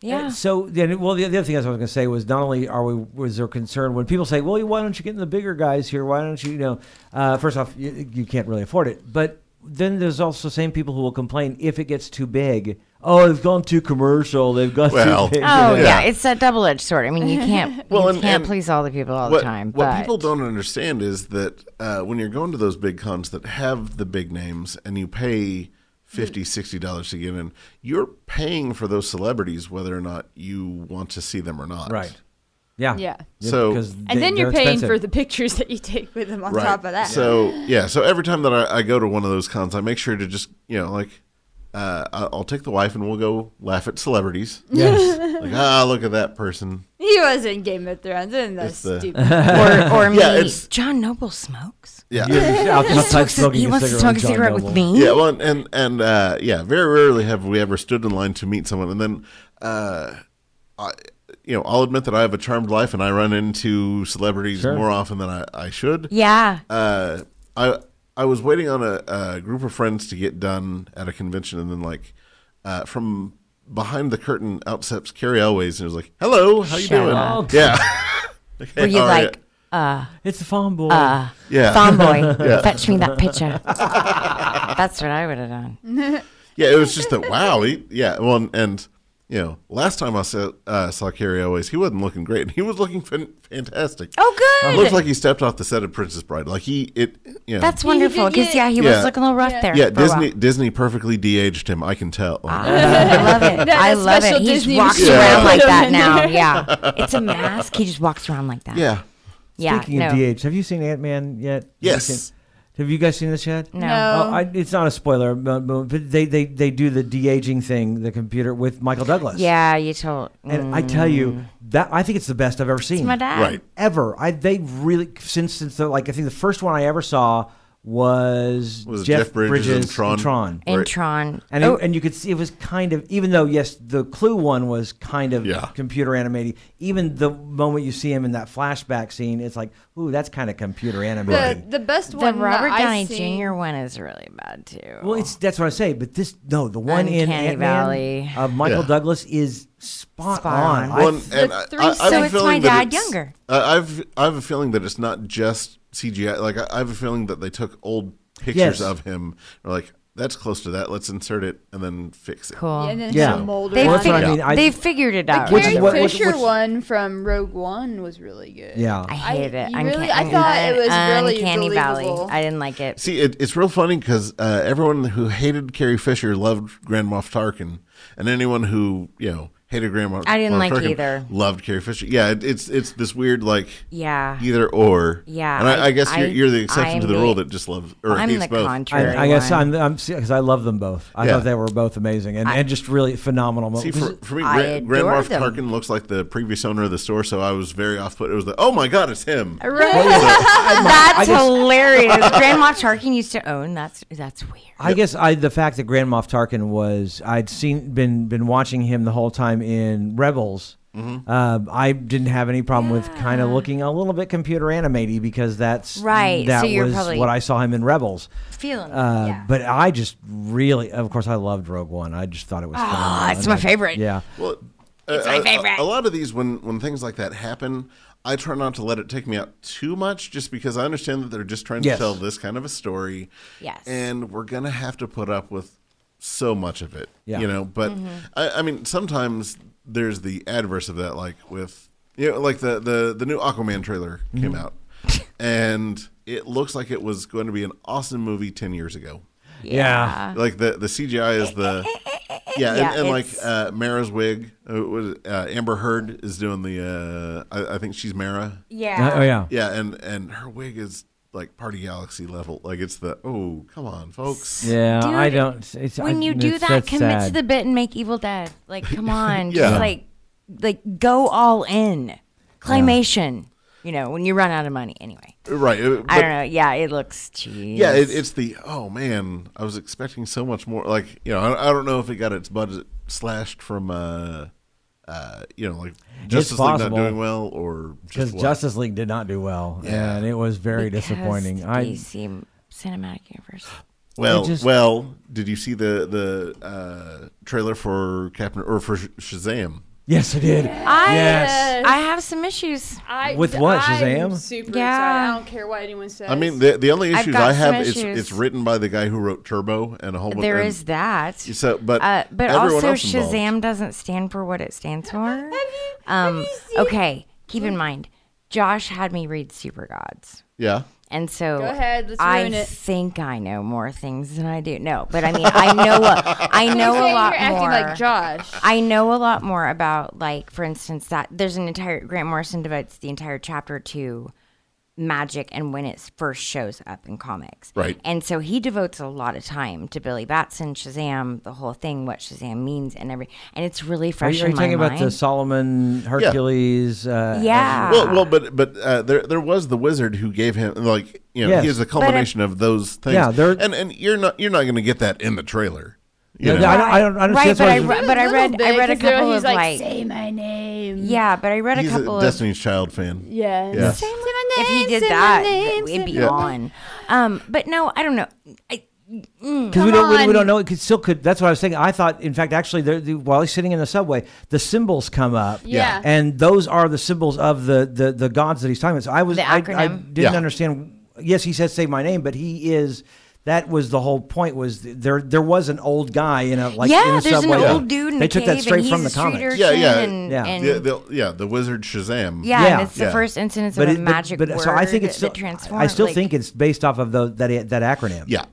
Speaker 3: Yeah.
Speaker 1: So then, well, the, the other thing I was going to say was not only are we was there concern when people say, "Well, why don't you get in the bigger guys here? Why don't you?" You know, uh, first off, you, you can't really afford it, but then there's also the same people who will complain if it gets too big. Oh, they've gone too commercial. They've gone
Speaker 4: Well.
Speaker 1: too big.
Speaker 3: Oh
Speaker 4: Yeah.
Speaker 3: yeah. it's that double-edged sword. I mean, you can't
Speaker 4: Well,
Speaker 3: you
Speaker 4: and-
Speaker 3: can't
Speaker 4: and
Speaker 3: please all the people all
Speaker 4: what,
Speaker 3: the time.
Speaker 4: what
Speaker 3: but
Speaker 4: people don't understand is that uh, when you're going to those big cons that have the big names and you pay 50 60 dollars to get in you're paying for those celebrities whether or not you want to see them or not
Speaker 1: Right. Yeah.
Speaker 2: Yeah.
Speaker 4: So-
Speaker 1: because
Speaker 2: And
Speaker 1: they-
Speaker 2: then you're
Speaker 1: they're
Speaker 2: paying
Speaker 1: expensive.
Speaker 2: for the pictures that you take with them on
Speaker 4: right
Speaker 2: top of that.
Speaker 4: so yeah so every time that I, I go to one of those cons i make sure to just you know like uh, I- i'll take the wife and we'll go laugh at celebrities
Speaker 1: yes.
Speaker 4: like ah look at that person
Speaker 2: he was in Game of Thrones, isn't that
Speaker 4: It's the-
Speaker 2: stupid?
Speaker 3: or or me,
Speaker 4: Yeah, it's-
Speaker 3: John Noble smokes.
Speaker 4: yeah
Speaker 1: Out- outside
Speaker 3: Smokes-
Speaker 1: smoking
Speaker 3: he
Speaker 1: a
Speaker 3: wants to
Speaker 1: cigarette
Speaker 3: smoke a
Speaker 1: with John
Speaker 3: cigarette with
Speaker 1: Noble.
Speaker 3: me.
Speaker 4: Yeah, well, and and, and uh, yeah, very rarely have we ever stood in line to meet someone, and then, uh, I, you know, I'll admit that I have a charmed life, and I run into celebrities
Speaker 1: Sure.
Speaker 4: more often than I, I should.
Speaker 3: Yeah.
Speaker 4: Uh, I I was waiting on a, a group of friends to get done at a convention, and then like uh, from behind the curtain, out steps Carrie Elways, and it was like, "Hello, how you
Speaker 3: Shut
Speaker 4: doing?"
Speaker 1: up.
Speaker 4: Yeah. Okay,
Speaker 3: Were you
Speaker 4: all right.
Speaker 3: like uh
Speaker 1: It's a farm boy.
Speaker 3: uh
Speaker 4: oh, Yeah.
Speaker 3: Thomboy, fetch me that picture. That's what I would have done.
Speaker 2: Mm-hmm.
Speaker 4: Yeah, it was just that. Wow, he, yeah. Well, and, and you know, last time I saw, uh, saw Carrie Elways, he wasn't looking great, and he was looking fan- fantastic.
Speaker 3: Oh, good.
Speaker 4: It looks like he stepped off the set of Princess Bride. Like he, it, you know,
Speaker 3: That's
Speaker 2: He- he did
Speaker 3: wonderful because
Speaker 2: get-
Speaker 3: yeah, he
Speaker 4: Yeah.
Speaker 3: was looking a little rough there.
Speaker 4: yeah.
Speaker 3: for a while. Ah.
Speaker 4: Disney, Disney perfectly de-aged him. I can tell.
Speaker 3: I love it.
Speaker 2: That-
Speaker 3: I
Speaker 2: that
Speaker 3: love it.
Speaker 2: special
Speaker 3: He just
Speaker 2: Disney
Speaker 3: walks
Speaker 4: was- Yeah.
Speaker 3: around like
Speaker 2: Put him
Speaker 3: that
Speaker 2: in
Speaker 3: now.
Speaker 2: there.
Speaker 3: Yeah. It's a mask. He just walks around like that.
Speaker 4: yeah,
Speaker 3: Yeah.
Speaker 1: Speaking
Speaker 3: no.
Speaker 1: of DH, have you seen Ant Man yet? Have you
Speaker 4: Yes.
Speaker 1: seen- Have you guys seen this yet?
Speaker 3: No.
Speaker 1: Oh, I, it's not a spoiler, but, but they, they, they do the de aging thing, the computer with Michael Douglas.
Speaker 3: Yeah, you told. mm.
Speaker 1: and I tell you that I think it's the best I've ever seen.
Speaker 3: it's my dad.
Speaker 4: right.
Speaker 1: Ever, I they really since since the, like I think the first one I ever saw was,
Speaker 4: Was it
Speaker 1: Jeff,
Speaker 4: Jeff Bridges and Tron?
Speaker 3: And
Speaker 4: Right.
Speaker 3: Tron.
Speaker 1: and
Speaker 3: oh,
Speaker 1: it, and you could see it was kind of even though yes the Clue one was kind of
Speaker 4: Yeah.
Speaker 1: computer animated. Even the moment you see him in that flashback scene, it's like ooh that's kind of computer animated.
Speaker 2: the, the best
Speaker 3: the
Speaker 2: one
Speaker 3: Robert
Speaker 2: that
Speaker 3: Downey
Speaker 2: I've seen-
Speaker 3: Jr. one is really bad too.
Speaker 1: Well, it's that's what I say. But this no, the one in
Speaker 3: Uncanny
Speaker 1: Ant
Speaker 3: Valley.
Speaker 1: Valley of Michael
Speaker 4: Yeah.
Speaker 1: Douglas is spot,
Speaker 3: Spot
Speaker 1: on.
Speaker 3: on.
Speaker 1: I-
Speaker 4: One, and
Speaker 2: the
Speaker 4: I,
Speaker 2: three-
Speaker 4: I, I have
Speaker 3: so
Speaker 4: a
Speaker 3: it's my
Speaker 4: feeling that
Speaker 3: dad
Speaker 4: it's-
Speaker 3: younger.
Speaker 4: I, I've I have a feeling that it's not just CGI. Like I, I have a feeling that they took old pictures
Speaker 1: Yes.
Speaker 4: of him. Or like that's close to that. Let's insert it and then fix it.
Speaker 3: cool.
Speaker 2: and then
Speaker 1: Yeah.
Speaker 2: some older
Speaker 3: they,
Speaker 1: Well, that's
Speaker 3: fig-
Speaker 1: what I mean. I-
Speaker 3: they figured it out.
Speaker 1: Which
Speaker 2: Carrie
Speaker 1: is what- which-
Speaker 2: Fisher
Speaker 1: which-
Speaker 2: one from Rogue One was really good.
Speaker 1: yeah,
Speaker 3: I hate it.
Speaker 2: I- you really-
Speaker 3: Unca-
Speaker 2: I thought it was really
Speaker 3: Uncanny
Speaker 2: believable.
Speaker 3: Valley. I didn't like it.
Speaker 4: See, it, it's real funny because uh, everyone who hated Carrie Fisher loved Grand Moff Tarkin, and anyone who you know hated Grandma.
Speaker 3: I didn't like
Speaker 4: Turkin,
Speaker 3: either.
Speaker 4: Loved Carrie Fisher. Yeah, it, it's it's this weird like
Speaker 3: Yeah.
Speaker 4: either or.
Speaker 3: Yeah,
Speaker 4: and I, I,
Speaker 3: I-
Speaker 4: guess you're,
Speaker 3: I-
Speaker 4: you're the exception
Speaker 3: I'm
Speaker 4: to the
Speaker 3: the-
Speaker 4: rule that just loves or
Speaker 3: I'm
Speaker 4: hates
Speaker 3: the
Speaker 4: both.
Speaker 3: contrary.
Speaker 1: I, I guess
Speaker 3: one.
Speaker 1: I'm I'm because I love them both. I
Speaker 4: Yeah.
Speaker 1: thought they were both amazing and, and just really phenomenal.
Speaker 4: See, for, for me,
Speaker 3: I
Speaker 4: Gra-
Speaker 3: adore
Speaker 4: Grandma
Speaker 3: them.
Speaker 4: Tarkin looks like the previous owner of the store, so I was very off put. It was like, oh my god, it's him.
Speaker 3: That's
Speaker 1: just-
Speaker 3: hilarious. Grandma Tarkin used to own. That's that's weird.
Speaker 1: I guess I the fact that Grand Moff Tarkin was I'd seen been been watching him the whole time in Rebels.
Speaker 4: Mm-hmm.
Speaker 1: Um, I didn't have any problem with kind of looking a little bit computer animated because that's
Speaker 3: Right, so
Speaker 1: That
Speaker 3: you're
Speaker 1: was
Speaker 3: probably-
Speaker 1: what I saw him in Rebels.
Speaker 3: Feeling.
Speaker 1: Uh,
Speaker 3: yeah.
Speaker 1: But I just really, of course, I loved Rogue One. I just thought it was.
Speaker 3: Ah,
Speaker 1: phenomenal.
Speaker 3: it's
Speaker 1: And
Speaker 3: my
Speaker 1: I-
Speaker 3: favorite.
Speaker 1: Yeah.
Speaker 4: Well,
Speaker 3: It's
Speaker 4: uh,
Speaker 3: my
Speaker 4: a- a-
Speaker 3: favorite.
Speaker 4: A, lot of these, when when things like that happen, I try not to let it take me out too much, just because I understand that they're just trying
Speaker 1: Yes.
Speaker 4: to tell this kind of a story.
Speaker 3: Yes.
Speaker 4: and we're gonna have to put up with so much of it.
Speaker 1: Yeah.
Speaker 4: you know. But
Speaker 3: Mm-hmm.
Speaker 4: I, I mean, sometimes there's the adverse of that, like with you know, like the the the new Aquaman trailer
Speaker 1: Mm-hmm.
Speaker 4: came out, and it looks like it was going to be an awesome movie ten years ago
Speaker 1: Yeah.
Speaker 4: like the the CGI is the yeah,
Speaker 3: Yeah,
Speaker 4: and, and like
Speaker 3: it's-
Speaker 4: uh, Mara's wig. Uh, what is it? uh, Amber Heard is doing the. Uh, I, I think she's Mara.
Speaker 3: Yeah.
Speaker 1: Oh yeah.
Speaker 4: Yeah, and and her wig is like Party Galaxy level. Like it's the oh come on folks.
Speaker 1: Yeah.
Speaker 3: Dude,
Speaker 1: I don't. It's,
Speaker 3: When
Speaker 1: I,
Speaker 3: you do
Speaker 1: it's-
Speaker 3: that,
Speaker 1: that's
Speaker 3: commit to
Speaker 1: sad.
Speaker 3: the bit and make Evil Dead. Like, come on,
Speaker 4: Yeah.
Speaker 3: just like, like go all in, claymation. You know, when you run out of money, anyway.
Speaker 4: Right. uh,
Speaker 3: I
Speaker 4: but-
Speaker 3: don't know. Yeah, it looks cheap.
Speaker 4: Yeah, it, it's the oh man, I was expecting so much more. Like you know, I, I don't know if it got its budget slashed from uh, uh, you know, like Justice League not
Speaker 1: possible.
Speaker 4: doing well or
Speaker 1: because
Speaker 4: just what?
Speaker 1: Justice League did not do well,
Speaker 4: Yeah.
Speaker 1: and it was very
Speaker 3: Because
Speaker 1: disappointing.
Speaker 3: the
Speaker 1: I
Speaker 3: DC cinematic universe.
Speaker 4: Well,
Speaker 1: They just-
Speaker 4: well, did you see the the uh, trailer for Captain or for Sh- Shazam?
Speaker 1: yes, I did.
Speaker 3: I
Speaker 1: Yes.
Speaker 3: I have some issues.
Speaker 2: I,
Speaker 1: With what,
Speaker 2: I'm
Speaker 1: Shazam?
Speaker 2: super
Speaker 3: Yeah.
Speaker 2: excited. I don't care what anyone says.
Speaker 4: I mean, the the only
Speaker 3: I've
Speaker 4: issues
Speaker 3: got
Speaker 4: I have
Speaker 3: some
Speaker 4: is
Speaker 3: issues.
Speaker 4: it's written by the guy who wrote Turbo and a whole bunch.
Speaker 3: There
Speaker 1: um,
Speaker 4: and-
Speaker 3: is that.
Speaker 4: So, but
Speaker 3: Uh, but
Speaker 4: everyone
Speaker 3: also,
Speaker 4: else involved.
Speaker 3: Shazam doesn't stand for what it stands for.
Speaker 2: have
Speaker 3: um,
Speaker 2: you seen-
Speaker 3: okay, keep in mind, Josh had me read Super Gods.
Speaker 4: Yeah,
Speaker 3: And so
Speaker 2: Go ahead, let's
Speaker 3: I
Speaker 2: ruin it.
Speaker 3: think I know more things than I do. No, but I mean I know a, I know a
Speaker 2: You're
Speaker 3: lot
Speaker 2: acting
Speaker 3: more.
Speaker 2: like Josh.
Speaker 3: I know a lot more about like for instance that there's an entire Grant Morrison devotes the entire chapter to magic and when it first shows up in comics.
Speaker 4: Right.
Speaker 3: And so he devotes a lot of time to Billy Batson, Shazam, the whole thing, what Shazam means and every and it's really
Speaker 1: Are
Speaker 3: fresh
Speaker 1: you, are
Speaker 3: in
Speaker 1: you
Speaker 3: my
Speaker 1: talking about
Speaker 3: mind.
Speaker 1: the Solomon Hercules? Uh,
Speaker 3: yeah.
Speaker 4: well, well, but but uh, there there was the wizard who gave him like you know
Speaker 1: Yes.
Speaker 4: he is the
Speaker 3: it-
Speaker 4: culmination of those things.
Speaker 1: Yeah, they're-
Speaker 4: and and you're not you're not going to get that in the trailer. You
Speaker 1: Yeah,
Speaker 4: know?
Speaker 1: I don't- I don't understand. that's
Speaker 3: Right,
Speaker 1: why
Speaker 3: but
Speaker 1: I
Speaker 3: I,
Speaker 1: was-
Speaker 3: re- but I
Speaker 2: little
Speaker 3: read I
Speaker 2: bit,
Speaker 3: read a
Speaker 2: 'cause they're-
Speaker 3: couple
Speaker 2: he's
Speaker 3: of
Speaker 2: like,
Speaker 3: like,
Speaker 2: say my name.
Speaker 3: yeah, but I read a
Speaker 4: He's
Speaker 3: couple
Speaker 4: a
Speaker 3: of
Speaker 4: Destiny's Child fan.
Speaker 2: Yes.
Speaker 4: Yeah.
Speaker 2: Say my
Speaker 3: if he
Speaker 2: name,
Speaker 3: did
Speaker 2: say my
Speaker 3: that,
Speaker 2: name,
Speaker 3: it'd
Speaker 2: say
Speaker 3: be
Speaker 2: my
Speaker 3: on. Um, but no, I don't know. I,
Speaker 1: Because we
Speaker 2: Come
Speaker 1: don't, we, we
Speaker 2: on.
Speaker 1: don't know. It could, still could. That's what I was thinking. I thought, in fact, actually, there- the, while he's sitting in the subway, the symbols come up.
Speaker 2: Yeah. Yeah.
Speaker 1: And those are the symbols of the the, the gods that he's talking about. So I was,
Speaker 3: The
Speaker 1: I, I
Speaker 3: acronym.
Speaker 1: didn't
Speaker 4: Yeah.
Speaker 1: understand. Yes, he says "say my name," but he is. That was the whole point. Was th- there? There was an old guy in a like
Speaker 3: yeah,
Speaker 1: in a
Speaker 3: there's
Speaker 1: subway.
Speaker 3: an old dude in
Speaker 1: They
Speaker 3: a
Speaker 1: took
Speaker 3: cave
Speaker 1: that straight
Speaker 3: and
Speaker 1: from the
Speaker 3: he's a street
Speaker 1: comic.
Speaker 3: urchin
Speaker 4: Yeah, yeah.
Speaker 3: and,
Speaker 1: Yeah.
Speaker 3: And,
Speaker 4: Yeah, the, yeah, the wizard Shazam.
Speaker 3: yeah,
Speaker 1: Yeah.
Speaker 3: and it's the
Speaker 4: Yeah.
Speaker 3: first instance
Speaker 1: But
Speaker 3: of
Speaker 1: it-
Speaker 3: a
Speaker 1: but-
Speaker 3: magic
Speaker 1: but,
Speaker 3: word
Speaker 1: so I think it's still.
Speaker 3: that
Speaker 1: I
Speaker 3: transforms.
Speaker 1: still
Speaker 3: like-
Speaker 1: think it's based off of the, that that acronym.
Speaker 4: yeah.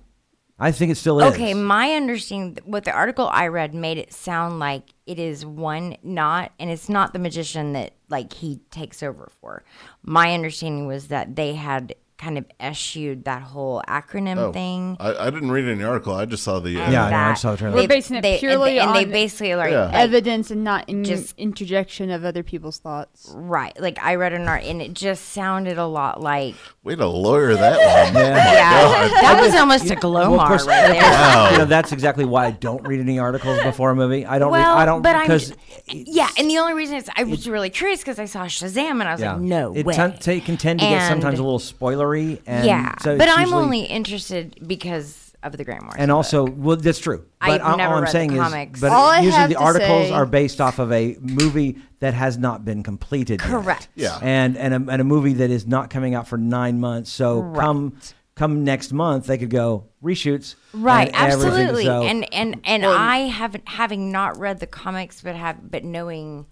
Speaker 1: I think it still is.
Speaker 3: Okay, my understanding, what the article I read made it sound like it is one not, and it's not the magician that like he takes over for. My understanding was that they had kind of eschewed that whole acronym thing.
Speaker 4: Oh, I, I didn't read any article. I just saw the. Uh,
Speaker 3: and
Speaker 1: Oh. Yeah, I know, I
Speaker 3: that
Speaker 1: saw the trailer.
Speaker 3: they-
Speaker 1: We're
Speaker 2: basing it
Speaker 3: they-
Speaker 2: purely
Speaker 3: and, they
Speaker 2: on-
Speaker 3: basically like,
Speaker 4: Yeah.
Speaker 3: like,
Speaker 2: Evidence and not in
Speaker 3: Just-
Speaker 2: interjection of other people's thoughts.
Speaker 3: right. Like I read an art, and it just sounded a lot like
Speaker 4: Way to lawyer that one. Oh,
Speaker 3: yeah. That was almost a glomar
Speaker 1: Well, of course-
Speaker 3: right there.
Speaker 4: Oh.
Speaker 1: you know, that's exactly why I don't read any articles before a movie. I don't.
Speaker 3: Well,
Speaker 1: read, I don't
Speaker 3: but I'm-
Speaker 1: because
Speaker 3: Yeah, and the only reason is I was really curious because I saw Shazam and I was
Speaker 1: yeah,
Speaker 3: like, no
Speaker 1: it
Speaker 3: way.
Speaker 1: ten- ta- can tend to get sometimes
Speaker 3: And-
Speaker 1: a little spoilery. And
Speaker 3: yeah,
Speaker 1: so
Speaker 3: but
Speaker 1: it's
Speaker 3: I'm
Speaker 1: usually-
Speaker 3: only interested because of the Grant Morrison.
Speaker 1: And also, well, that's true.
Speaker 3: I've
Speaker 1: But all-
Speaker 3: never
Speaker 1: all I'm
Speaker 3: read the
Speaker 1: saying
Speaker 3: comics.
Speaker 1: is, but
Speaker 2: All I
Speaker 1: usually
Speaker 2: have
Speaker 1: the
Speaker 2: to
Speaker 1: articles
Speaker 2: say-
Speaker 1: are based off of a movie that has not been completed. yet.
Speaker 3: Correct.
Speaker 4: Yeah.
Speaker 1: And and a, and a movie that is not coming out for nine months. So come come next month, they could go reshoots. and
Speaker 3: right,
Speaker 1: everything.
Speaker 3: absolutely.
Speaker 1: So-
Speaker 3: and and and I haven't having not read the comics, but have but knowing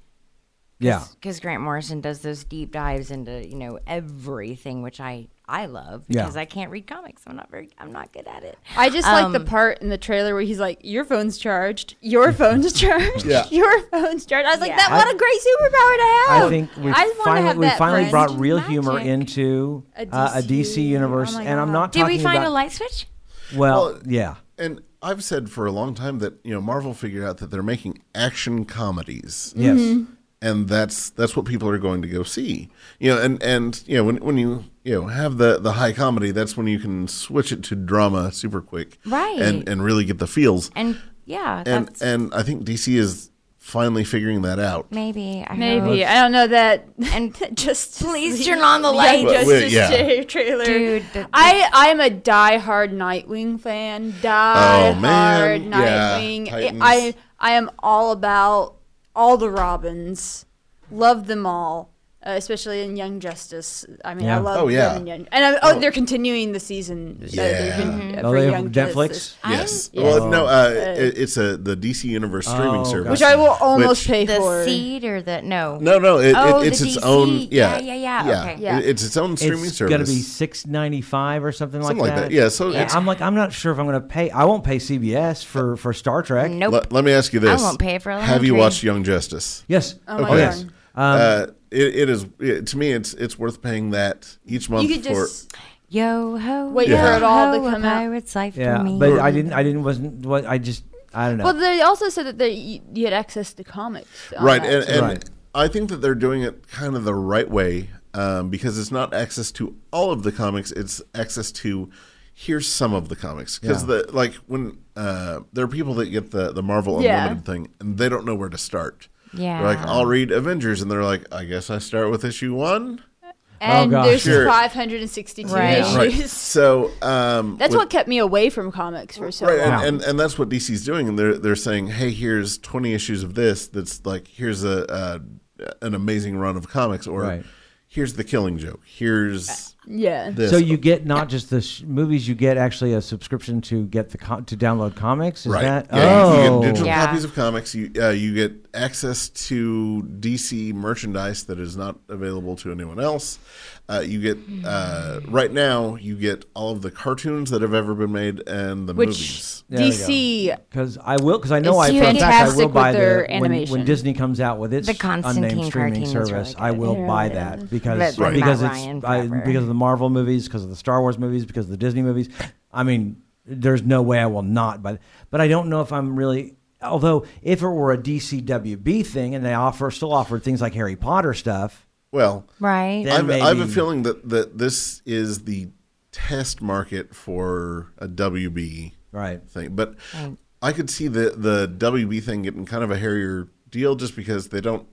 Speaker 1: yeah.
Speaker 3: because Grant Morrison does those deep dives into you know everything, which I I love
Speaker 1: Yeah.
Speaker 3: because I can't read comics. I'm not very. I'm not good at it. Um,
Speaker 2: I just like the part in the trailer where he's like, "Your phone's charged. Your phone's charged.
Speaker 1: Yeah.
Speaker 2: Your phone's charged." I was like,
Speaker 3: Yeah.
Speaker 2: "That
Speaker 1: I-
Speaker 2: what a great superpower to have."
Speaker 1: I think we
Speaker 2: I wanna
Speaker 1: finally
Speaker 2: have
Speaker 1: we
Speaker 2: that
Speaker 1: finally
Speaker 2: friend.
Speaker 1: brought real humor
Speaker 3: Magic.
Speaker 1: into
Speaker 2: A
Speaker 1: uh, a DC
Speaker 2: DC
Speaker 1: universe,
Speaker 2: oh my
Speaker 1: and I'm
Speaker 2: God.
Speaker 1: not
Speaker 3: Did
Speaker 1: talking
Speaker 3: we find
Speaker 1: about
Speaker 3: a light switch?
Speaker 1: well,
Speaker 4: Well,
Speaker 1: yeah,
Speaker 4: And I've said for a long time that you know Marvel figured out that they're making action comedies.
Speaker 1: yes,
Speaker 3: Mm-hmm.
Speaker 4: and that's that's what people are going to go see. You know, and and you know when when you you know have the the high comedy, that's when you can switch it to drama super quick,
Speaker 3: Right.
Speaker 4: And and really get the feels.
Speaker 3: And yeah,
Speaker 4: And
Speaker 3: that's
Speaker 4: and I think DC is finally figuring that out.
Speaker 3: maybe. I
Speaker 2: Maybe
Speaker 3: hope.
Speaker 2: I don't know that.
Speaker 3: And
Speaker 2: Just
Speaker 3: please turn on the light.
Speaker 2: Young
Speaker 4: But wait,
Speaker 2: Justice
Speaker 4: yeah.
Speaker 2: J- trailer.
Speaker 3: Dude, the- the-
Speaker 2: I I'm a die-hard Nightwing fan. Die hard
Speaker 4: Oh, man. Yeah,
Speaker 2: Nightwing. I-
Speaker 4: Titans.
Speaker 2: I I am all about all the Robins. Love them all. Uh, especially in Young Justice, I mean,
Speaker 1: Yeah.
Speaker 2: I love
Speaker 4: Oh, yeah.
Speaker 2: them in Young, and I, oh, they're continuing the season. uh, they're
Speaker 4: Yeah.
Speaker 2: con-
Speaker 1: Oh,
Speaker 2: uh, for
Speaker 1: they have
Speaker 2: Young
Speaker 1: Netflix?
Speaker 2: Justice,
Speaker 4: Yes.
Speaker 2: Yeah.
Speaker 4: Well, no, uh, it, it's a the DC Universe streaming
Speaker 1: Oh,
Speaker 4: service,
Speaker 1: gotcha.
Speaker 2: which I will almost
Speaker 4: which-
Speaker 2: pay for.
Speaker 3: the seed or the no.
Speaker 4: No, no, it,
Speaker 3: Oh,
Speaker 4: it, it's
Speaker 3: the
Speaker 4: its
Speaker 3: DC.
Speaker 4: own.
Speaker 3: Yeah,
Speaker 4: Yeah,
Speaker 3: yeah, yeah, okay.
Speaker 2: Yeah.
Speaker 4: It- it's its own streaming
Speaker 1: it's
Speaker 4: service.
Speaker 1: gonna be six ninety five or something,
Speaker 4: Something
Speaker 1: like,
Speaker 4: like that. Yeah, so
Speaker 1: And
Speaker 4: it's-
Speaker 1: I'm like, I'm not sure if I'm gonna pay. I won't pay CBS for for Star Trek.
Speaker 3: Nope.
Speaker 4: let, let me ask you this:
Speaker 3: won't pay for
Speaker 4: Have you
Speaker 3: elementary.
Speaker 4: watched Young Justice?
Speaker 1: Yes.
Speaker 2: Oh my
Speaker 1: Oh
Speaker 2: God.
Speaker 1: yes. Um,
Speaker 4: uh, it, it is it, to me. It's it's worth paying that each month
Speaker 2: You could just
Speaker 3: Yo ho.
Speaker 2: Wait
Speaker 3: yo,
Speaker 4: for
Speaker 2: it all to
Speaker 3: ho, a
Speaker 2: come out.
Speaker 3: pirate's life for
Speaker 1: Yeah,
Speaker 3: me.
Speaker 1: but I didn't. I didn't. Wasn't. What I just. I don't know.
Speaker 2: Well, they also said that they, you, you had access to comics. on
Speaker 4: right
Speaker 2: that.
Speaker 4: and, and
Speaker 1: Right.
Speaker 4: i think that they're doing it kind of the right way um, because it's not access to all of the comics it's access to here's some of the comics because the like when uh, there are people that get the the marvel
Speaker 2: Yeah.
Speaker 4: unlimited thing and they don't know where to start
Speaker 3: Yeah.
Speaker 4: they're like i'll read avengers and they're like i guess i start with issue one
Speaker 2: and
Speaker 1: gosh.
Speaker 2: there's
Speaker 4: Sure.
Speaker 2: 562
Speaker 3: Oh, Right.
Speaker 2: issues.
Speaker 3: Yeah.
Speaker 4: right so um,
Speaker 2: That's
Speaker 4: with-
Speaker 2: what kept me away from comics for so
Speaker 4: right,
Speaker 2: long.
Speaker 4: and, and, and that's what DC's doing. And they're they're saying, hey, here's 20 issues of this. That's like here's a, a an amazing run of comics, or
Speaker 1: Right.
Speaker 4: here's the Killing Joke. Here's
Speaker 2: Yeah.
Speaker 4: this.
Speaker 1: so you get not just the sh- movies, you get actually a subscription to get the co- to download comics. Is
Speaker 4: right?
Speaker 1: that?
Speaker 4: Yeah, you-
Speaker 1: oh,
Speaker 4: you get digital
Speaker 3: Yeah.
Speaker 4: copies of comics. You uh, you get access to DC merchandise that is not available to anyone else. Uh, you get uh, right now. You get all of the cartoons that have ever been made and the
Speaker 2: Which
Speaker 4: movies.
Speaker 1: There we
Speaker 2: DC,
Speaker 1: Because I will, because I know
Speaker 2: It's
Speaker 1: I for a fact I
Speaker 2: fantastic
Speaker 1: will
Speaker 2: with
Speaker 1: buy
Speaker 2: their
Speaker 1: the when, when
Speaker 2: animation.
Speaker 1: Disney comes out with its
Speaker 3: The Constantine
Speaker 1: unnamed streaming
Speaker 3: cartoon is really
Speaker 1: service. I
Speaker 3: good.
Speaker 1: will
Speaker 2: Yeah.
Speaker 1: buy that because
Speaker 3: But Right.
Speaker 1: because
Speaker 3: Matt
Speaker 1: it's
Speaker 3: Ryan
Speaker 1: I,
Speaker 3: forever.
Speaker 1: because of the Marvel movies, because of the Star Wars movies, because of the Disney movies. I mean, there's no way I will not. But but I don't know if I'm really. Although if it were a DCWB thing and they offer still offered things like Harry Potter stuff,
Speaker 4: Well,
Speaker 3: right.
Speaker 1: That-
Speaker 4: I've, I have a
Speaker 1: maybe-
Speaker 4: feeling that, that this is the test market for a WB
Speaker 1: right?
Speaker 4: thing. But I could see the, the WB thing getting kind of a hairier deal just because they don't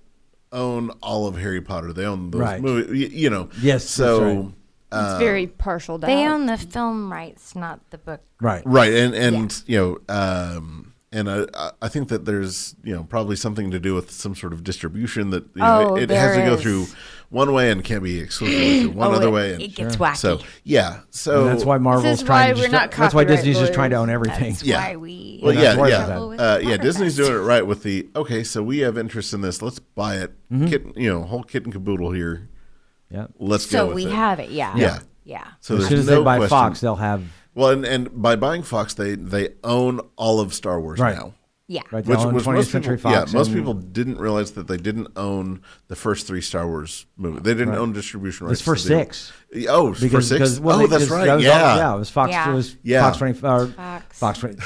Speaker 4: own all of Harry Potter. They own those
Speaker 1: Right.
Speaker 4: movies, you know.
Speaker 1: Yes, that's
Speaker 4: So,
Speaker 1: right.
Speaker 4: Uh,
Speaker 2: it's very partial.
Speaker 3: they
Speaker 2: down.
Speaker 3: own the film rights, not the book.
Speaker 1: Right.
Speaker 4: right. And, and you know, um, and I, I- I think that there's, you know, probably something to do with some sort of distribution that you know,
Speaker 3: Oh,
Speaker 4: it, it has to
Speaker 3: there
Speaker 4: go
Speaker 3: is. Oh,
Speaker 4: through one way and can't be exclusively through one other
Speaker 3: it,
Speaker 4: way. And
Speaker 3: it gets wacky.
Speaker 4: So yeah, so
Speaker 1: And that's why Marvel's
Speaker 2: is
Speaker 1: trying.
Speaker 2: why
Speaker 1: to
Speaker 2: we're
Speaker 1: just-
Speaker 2: not
Speaker 1: that's why
Speaker 2: copyright
Speaker 1: Disney's just trying to own everything.
Speaker 3: That's
Speaker 4: Yeah.
Speaker 3: why we.
Speaker 4: Well,
Speaker 1: And
Speaker 4: yeah,
Speaker 1: that's why
Speaker 4: yeah,
Speaker 1: it's
Speaker 3: bad.
Speaker 4: uh, yeah.
Speaker 3: Harvest.
Speaker 4: Disney's doing it right with the okay. So we have interest in this. Let's buy it.
Speaker 1: Mm-hmm.
Speaker 4: Kit, you know, whole kit and caboodle here.
Speaker 1: Yeah.
Speaker 4: Let's go.
Speaker 3: so
Speaker 4: with
Speaker 3: we
Speaker 4: it.
Speaker 3: have it. Yeah.
Speaker 4: Yeah.
Speaker 3: Yeah.
Speaker 4: So
Speaker 1: as
Speaker 4: there's
Speaker 1: soon as
Speaker 4: no
Speaker 1: they buy
Speaker 4: question.
Speaker 1: Fox, they'll have
Speaker 4: Well, and, and by buying Fox, they they own all of Star Wars
Speaker 1: Right.
Speaker 4: now.
Speaker 3: Yeah.
Speaker 1: right.
Speaker 4: Which,
Speaker 1: They'll own
Speaker 4: which
Speaker 1: 20th
Speaker 4: most
Speaker 1: Century
Speaker 4: people,
Speaker 1: Fox.
Speaker 4: yeah, most
Speaker 1: and-
Speaker 4: people didn't realize that they didn't own the first three Star Wars movies. They didn't own distribution rights.
Speaker 1: It's for
Speaker 4: to the-
Speaker 1: six.
Speaker 4: Oh, for
Speaker 1: Because,
Speaker 4: six.
Speaker 1: because well, they-
Speaker 4: oh, that's
Speaker 1: 'cause
Speaker 4: right.
Speaker 1: that was all-
Speaker 4: yeah.
Speaker 1: yeah, it was Fox.
Speaker 3: Yeah.
Speaker 1: It was
Speaker 4: Yeah.
Speaker 1: Fox twenty. Or
Speaker 3: Fox.
Speaker 1: Fox twenty.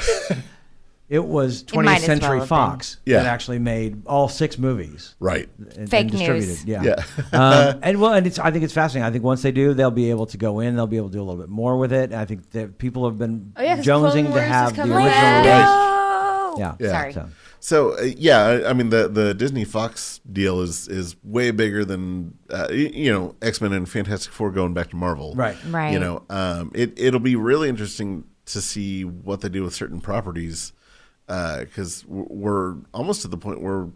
Speaker 1: it was
Speaker 3: might as
Speaker 1: 20th
Speaker 3: well
Speaker 1: Century
Speaker 3: have been.
Speaker 1: Fox
Speaker 4: Yeah.
Speaker 1: that actually made all six movies.
Speaker 4: Right.
Speaker 1: And,
Speaker 3: Fake
Speaker 1: and
Speaker 3: news.
Speaker 1: distributed. Yeah.
Speaker 4: Yeah.
Speaker 1: um, and well, and it's. I think it's fascinating. I think once they do, they'll be able to go in. They'll be able to do a little bit more with it. I think that people have been
Speaker 2: Oh, yeah, 'cause Clone
Speaker 1: jonesing
Speaker 2: Wars
Speaker 1: to
Speaker 2: is
Speaker 1: have the
Speaker 2: coming
Speaker 1: original.
Speaker 2: back.
Speaker 1: release.
Speaker 3: No.
Speaker 1: Yeah.
Speaker 4: Yeah.
Speaker 3: Sorry.
Speaker 1: So,
Speaker 4: So uh, yeah, I, I mean the the Disney Fox deal is is way bigger than uh, y- you know X Men and Fantastic Four going back to Marvel,
Speaker 1: Right.
Speaker 3: Right.
Speaker 4: You know, um, it it'll be really interesting to see what they do with certain properties because we're almost to the point where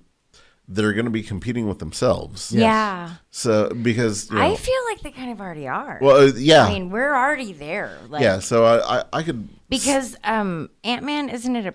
Speaker 4: they're going to be competing with themselves.
Speaker 3: Yeah.
Speaker 4: So because you
Speaker 3: I
Speaker 4: know-
Speaker 3: feel like they kind of already are.
Speaker 4: well, uh, yeah,
Speaker 3: I mean, we're already there. Like,
Speaker 4: yeah. So I I, I could
Speaker 3: Because um, Ant Man isn't it a